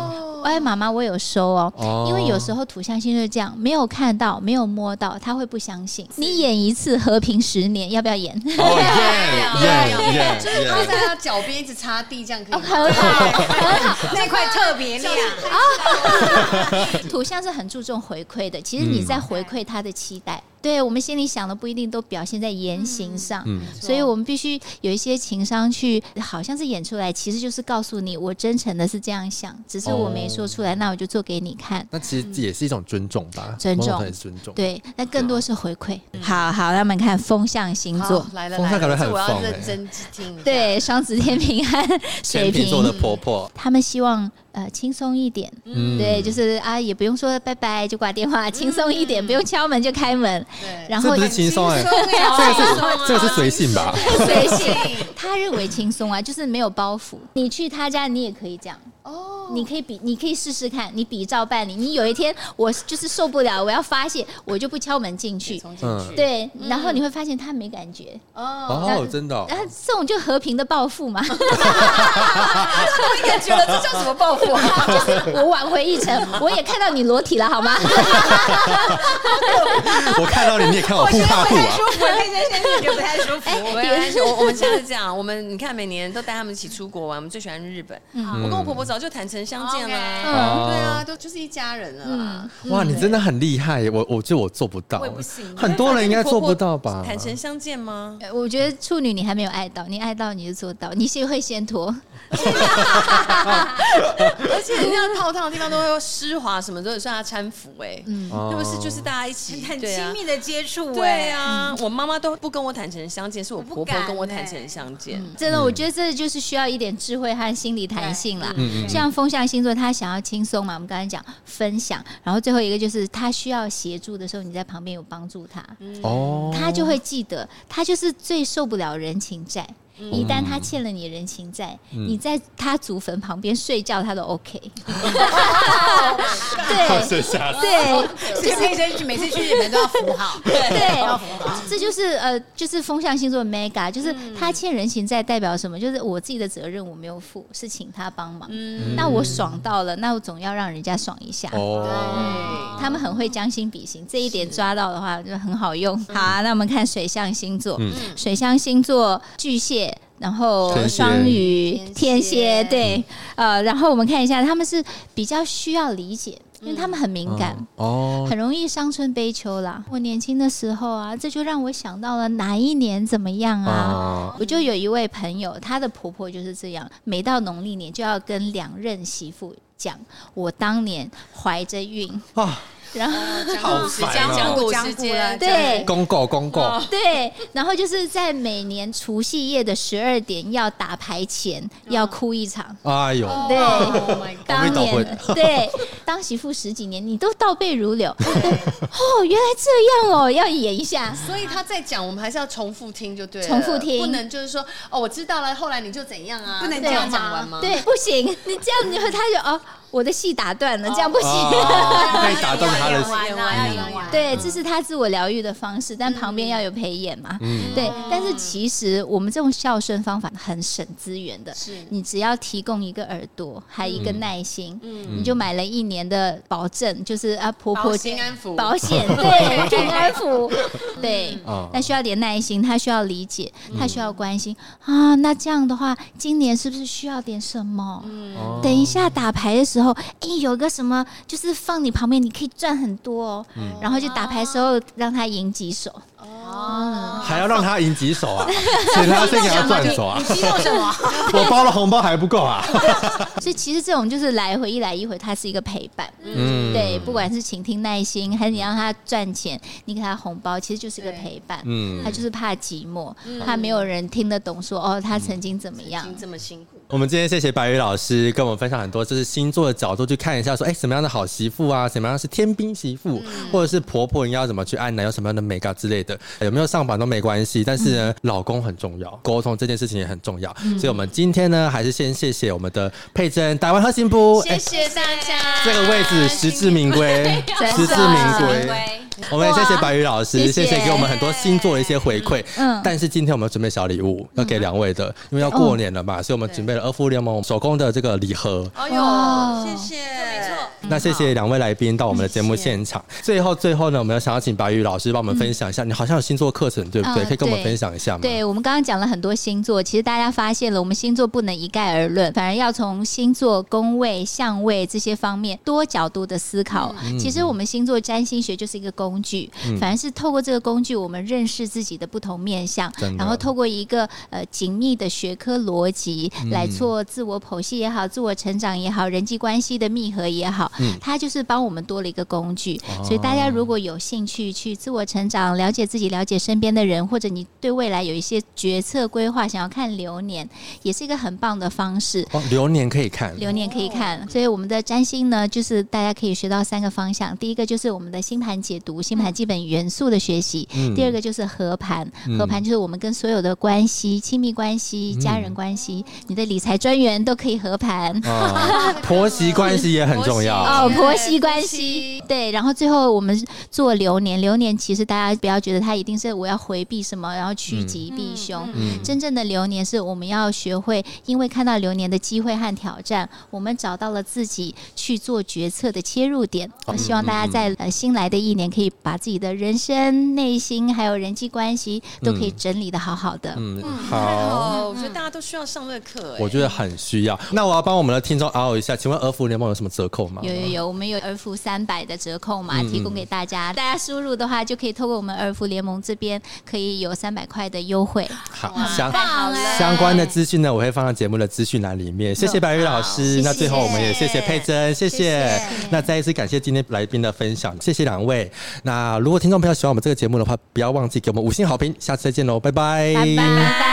[SPEAKER 4] 哎，妈妈，我有收哦。
[SPEAKER 2] 哦
[SPEAKER 4] 因为有时候土象星座这样，没有看到，没有摸到，他会不相信。你演一次和平十年，要不 要演？
[SPEAKER 2] 哦耶耶耶
[SPEAKER 1] 他
[SPEAKER 2] 耶！
[SPEAKER 1] 在他脚边一直擦地，这样可以吗？
[SPEAKER 4] 很好，
[SPEAKER 3] 那块特别亮，
[SPEAKER 4] 土象是很注重回馈的，其实你在回馈他的期
[SPEAKER 2] 嗯
[SPEAKER 4] 待。对我们心里想的不一定都表现在言行上，
[SPEAKER 2] 嗯
[SPEAKER 4] 所以我们必须有一些情商去，好像是演出来，其实就是告诉你，我真诚的是这样想，只是我没说出来，那我就做给你看。
[SPEAKER 2] 那其实也是一种尊重吧，
[SPEAKER 4] 尊重
[SPEAKER 2] 某种程度也是尊重。，
[SPEAKER 4] 对，那更多
[SPEAKER 2] 啊
[SPEAKER 4] 是回馈。好好，让我们看风象星座
[SPEAKER 1] 好，来了
[SPEAKER 2] 风
[SPEAKER 1] 来
[SPEAKER 2] 向感觉
[SPEAKER 1] 了，
[SPEAKER 2] 很
[SPEAKER 1] 这我要
[SPEAKER 2] 放哎
[SPEAKER 1] 认真听一下。
[SPEAKER 4] 对，双子、天 平和水
[SPEAKER 2] 天秤座的
[SPEAKER 4] 瓶，
[SPEAKER 2] 婆婆，
[SPEAKER 4] 他们希望呃轻松一点，
[SPEAKER 2] 嗯
[SPEAKER 4] 对，就是啊，也不用说拜拜就挂电话，轻松一点，不用 敲门就开门，
[SPEAKER 1] 对，
[SPEAKER 4] 然
[SPEAKER 2] 这
[SPEAKER 4] 后
[SPEAKER 2] 不是轻松哎，
[SPEAKER 1] 这
[SPEAKER 2] 这
[SPEAKER 4] 啊
[SPEAKER 2] 是这个是随性吧？
[SPEAKER 3] 啊
[SPEAKER 4] 随 性，他认为轻松啊，就是没有包袱。你去他家，你也可以这样。哦，你可以比，你可以试试看，你比照办理。你有一天我就是受不了，我要发泄，我就不敲门进去。
[SPEAKER 1] 从进
[SPEAKER 2] 嗯
[SPEAKER 1] 去。
[SPEAKER 4] 对，然后你会发现他没感觉，
[SPEAKER 1] 哦，
[SPEAKER 2] 哦，真 的哦
[SPEAKER 4] 然后这种就和平的 报复嘛，
[SPEAKER 1] 我也觉得这叫什么报复啊？
[SPEAKER 4] 就是我挽回一程，我也看到你裸体了，好吗？
[SPEAKER 2] 我看到你，你也看我护怕护 啊。
[SPEAKER 3] 舒服，那些先生就不太舒服。
[SPEAKER 1] 哎
[SPEAKER 4] 哎
[SPEAKER 1] 我们来我我们现在是这样，我们你看每年都带他们一起出国玩，我们最喜欢日本。我跟我婆婆早就坦诚相见了，
[SPEAKER 2] 嗯哦
[SPEAKER 1] 对啊，都就是一家人了
[SPEAKER 4] 嗯
[SPEAKER 1] 啦。
[SPEAKER 2] 哇，你真的很厉害耶，我我觉得我做不到
[SPEAKER 3] 我也不行，
[SPEAKER 2] 很多人应该做不到吧？
[SPEAKER 1] 坦诚相见吗？
[SPEAKER 4] 呃我觉得处女你还没有爱到，你爱到你就做到，你是会先拖。
[SPEAKER 1] 而且人家泡汤的地方都会有湿滑什么，都得算他搀扶哎，
[SPEAKER 2] 哦
[SPEAKER 1] 那不是就是大家一起
[SPEAKER 3] 很
[SPEAKER 1] 对
[SPEAKER 3] 亲
[SPEAKER 1] 啊
[SPEAKER 3] 密的接触，
[SPEAKER 1] 对，啊，我妈妈都不跟我坦诚相见，是我哎
[SPEAKER 3] 我不
[SPEAKER 1] 婆婆
[SPEAKER 3] 敢
[SPEAKER 1] 跟我
[SPEAKER 3] 欸
[SPEAKER 1] 坦诚相见。
[SPEAKER 4] 真的，我觉得这就是需要一点智慧和心理弹性啦。
[SPEAKER 2] 嗯嗯嗯嗯
[SPEAKER 4] 像风象星座，他想要轻松嘛，我们刚才讲分享，然后最后一个就是他需要协助的时候，你在旁边有帮助他，
[SPEAKER 2] 哦，
[SPEAKER 4] 他 就会记得，他就是最受不了人情债。
[SPEAKER 2] 嗯
[SPEAKER 4] 一旦他欠了你人情债，你在他祖坟旁边睡觉，他都 OK。对
[SPEAKER 1] 啊
[SPEAKER 2] 剩下
[SPEAKER 4] 对，
[SPEAKER 3] 就是先生每次去日本都要扶好，
[SPEAKER 4] 对，哦这就是呃，就是风象星座 mega，就是他欠人情债代表什么？
[SPEAKER 5] 嗯
[SPEAKER 4] 就是我自己的责任我没有负，是请他帮忙。
[SPEAKER 5] 嗯
[SPEAKER 4] 那我爽到了，那我总要让人家爽一下。
[SPEAKER 2] 哦，
[SPEAKER 4] 他们很会将心比心，这一点抓到
[SPEAKER 5] 嗯
[SPEAKER 4] 的
[SPEAKER 2] 嗯
[SPEAKER 4] 话就很好用。好啊，那我们看水象星座，水象星座巨蟹、然后
[SPEAKER 2] 天蝎
[SPEAKER 4] 双鱼、
[SPEAKER 5] 天
[SPEAKER 4] 天
[SPEAKER 5] 蝎
[SPEAKER 4] 蝎，对，呃，然后我们看一下，他们是比较需要理解，因为他们很敏感。
[SPEAKER 2] 哦，
[SPEAKER 4] 很容易伤春悲秋啦。我年轻的时候啊，这就让我想到了哪一年怎么样啊？
[SPEAKER 2] 啊，
[SPEAKER 4] 我就有一位朋友，她的婆婆就是这样，每到农历年就要跟两任媳妇讲，我当年怀着孕，
[SPEAKER 2] 啊
[SPEAKER 4] 然后。
[SPEAKER 1] 讲古时
[SPEAKER 2] 好烦
[SPEAKER 1] 间，
[SPEAKER 2] 哦
[SPEAKER 1] 讲古
[SPEAKER 3] 讲
[SPEAKER 1] 时
[SPEAKER 3] 古了
[SPEAKER 1] 间，
[SPEAKER 4] 对哦
[SPEAKER 2] 公告公告，
[SPEAKER 4] 对，然后就是在每年除夕夜的十二点要打牌前要哭一场，
[SPEAKER 2] 哎呦，
[SPEAKER 4] 对
[SPEAKER 3] Oh my god
[SPEAKER 4] 当
[SPEAKER 2] 啊倒
[SPEAKER 4] 年
[SPEAKER 2] 会
[SPEAKER 4] 对当媳妇十几年，你都倒背如流。 哦，原来这样哦，要演一下。
[SPEAKER 1] 所以他在讲，我们还是要重复听就对了，
[SPEAKER 4] 重复听
[SPEAKER 1] 不能就是说哦，我知道了，后来你就怎样啊？
[SPEAKER 3] 不能
[SPEAKER 1] 这
[SPEAKER 3] 这
[SPEAKER 1] 样
[SPEAKER 3] 样
[SPEAKER 1] 讲完吗？
[SPEAKER 4] 对，不行，你这样你会他就哦，我的戏打断了，这样不行。
[SPEAKER 2] 哦嗯可以打动他
[SPEAKER 3] 要
[SPEAKER 2] 的
[SPEAKER 3] 演
[SPEAKER 4] 哎
[SPEAKER 2] 心，
[SPEAKER 3] 完啊，要演完。
[SPEAKER 4] 对，这是他自我疗愈的方式，但
[SPEAKER 2] 嗯
[SPEAKER 4] 旁边要有陪演嘛。对，但是其实我们这种孝顺方法很省资源的，
[SPEAKER 1] 是
[SPEAKER 4] 你只要提供一个耳朵，还一个
[SPEAKER 2] 嗯
[SPEAKER 4] 耐心，
[SPEAKER 1] 嗯
[SPEAKER 4] 你就买了一年的保证，就是啊，婆婆
[SPEAKER 3] 保
[SPEAKER 1] 心安抚，
[SPEAKER 4] 保 险，对，平安符，对
[SPEAKER 2] 嗯，
[SPEAKER 4] 那需要点耐心，他需要理解，他需要关心啊。那这样的话，今年是不是需要点什么？
[SPEAKER 2] 哦
[SPEAKER 4] 等一下打牌的时候，哎，有个什么，就是放你旁边，你可以赚很多哦。
[SPEAKER 2] 嗯
[SPEAKER 4] 然后就打牌的时候让他赢几手，
[SPEAKER 3] 哦，
[SPEAKER 2] 还要让他赢几 手啊？请他先给他转手啊
[SPEAKER 3] 你！激动什么？
[SPEAKER 2] 我包的红包还不够啊！
[SPEAKER 4] 所以其实这种就是来回一来一回，它是一个陪伴。
[SPEAKER 2] 嗯
[SPEAKER 4] 对，不管是倾听耐心，还是你让他赚钱，你给他红包，其实就是一个
[SPEAKER 1] 对
[SPEAKER 4] 陪伴。
[SPEAKER 2] 嗯
[SPEAKER 4] 他，就是怕寂寞，怕没有人听得懂说哦，他曾经怎么
[SPEAKER 1] 已
[SPEAKER 4] 样
[SPEAKER 1] 经。这么辛苦，
[SPEAKER 2] 我们今天谢谢白宇老师跟我们分享很多，就是星座的角度去看一下说，哎什么样的好媳妇啊，什么样是天兵媳妇，
[SPEAKER 1] 嗯
[SPEAKER 2] 或者是婆婆应该要怎么去按呢？有什么样的美感之类的，有没有上榜都没关系，但是呢，老公很重要，沟通这件事情也很重要，
[SPEAKER 1] 嗯
[SPEAKER 2] 所以我们今天呢，还是先谢谢我们的佩珍，台湾喝幸福，哎
[SPEAKER 1] 谢谢大家。
[SPEAKER 2] 这个位置实至名 归，
[SPEAKER 4] 啊
[SPEAKER 2] 实至名归。我们也谢谢白宇老师，
[SPEAKER 4] 哇
[SPEAKER 2] 谢
[SPEAKER 4] 谢谢
[SPEAKER 2] 给我们很多星座的一些回馈。
[SPEAKER 4] 嗯
[SPEAKER 2] 但是今天我们准备小礼物要给两位的，因为要过年了
[SPEAKER 4] 嗯
[SPEAKER 2] 嘛，所以我们准备了二夫联盟手工的这个礼盒。
[SPEAKER 1] 哎
[SPEAKER 4] 哇
[SPEAKER 1] 呦，谢谢，没错。
[SPEAKER 2] 那谢谢两位来宾到我们的节目现场。最后最后呢，我们要想要请白宇老师帮我们分享一下，你好像有星座课程对不对？
[SPEAKER 4] 嗯
[SPEAKER 2] 可以跟我们
[SPEAKER 4] 对
[SPEAKER 2] 分享一下吗？
[SPEAKER 4] 对我们刚刚讲了很多星座，其实大家发现了，我们星座不能一概而论，反而要从星座、宫位、相位这些方面多角度的思考。
[SPEAKER 2] 嗯
[SPEAKER 4] 其实我们星座占星学就是一个工具，反而是透过这个工具，我们认识自己的不同面相
[SPEAKER 2] 真的，
[SPEAKER 4] 然后透过一个呃紧密的学科逻辑来做自我剖析也好、自我成长也好、人际关系的密合也好，它就是帮我们多了一个工具。所以大家如果有兴趣去自我成长、了解自己、了解身边的人，或者你对未来有一些决策规划，想要看流年，也是一个很棒的方式。
[SPEAKER 2] 哦，流年可以看。
[SPEAKER 4] 流年可以看，所以我们的占星呢，就是大家可以学到三个方向。第一个就是我们的星盘解读、星盘基本元素的学习；
[SPEAKER 2] 嗯
[SPEAKER 4] 第二个就是合盘，
[SPEAKER 2] 嗯
[SPEAKER 4] 合盘就是我们跟所有的关系、亲密关系、家人关系、你的理财专员都可以合盘。
[SPEAKER 2] 啊，婆媳关系也很重要。
[SPEAKER 1] 婆媳
[SPEAKER 4] 哦，
[SPEAKER 1] 对
[SPEAKER 4] 婆媳关
[SPEAKER 1] 夫
[SPEAKER 4] 系
[SPEAKER 1] 妻
[SPEAKER 4] 对，然后最后我们做流年，流年其实大家不要觉得它一定是我要回避什么，然后趋吉避凶。
[SPEAKER 2] 嗯
[SPEAKER 4] 真正的流年是我们要学会，因为看到流年的机会和挑战，我们找到了自己去做决策的切入点。
[SPEAKER 2] 哦
[SPEAKER 4] 我希望大家
[SPEAKER 2] 嗯
[SPEAKER 4] 在呃新来的一年，可以把自己的人生、内心还有人际关系都可以整理的好好的。
[SPEAKER 2] 嗯，好。
[SPEAKER 1] 哦，我觉得大家都需要上这个课，哎
[SPEAKER 2] 我觉得很需要。那我要帮我们的听众熬一下，请问儿福联盟有什么折扣吗？
[SPEAKER 4] 有有有，我们有儿福三百的折扣码
[SPEAKER 2] 嗯
[SPEAKER 4] 提供给大家，大家输入的话就可以透过我们儿福联盟这边可以有三百块的优惠。
[SPEAKER 2] 好，相
[SPEAKER 3] 好了
[SPEAKER 2] 相关的资讯呢，我会放到节目的资讯栏里面。谢谢白玉老师。那最后我们也谢谢佩珍，谢谢。那再一次感谢今天来宾的分享，谢谢两位。那如果听众朋友喜欢我们这个节目的话，不要忘记给我们五星好评。下次再见喽，拜拜，
[SPEAKER 4] 拜拜。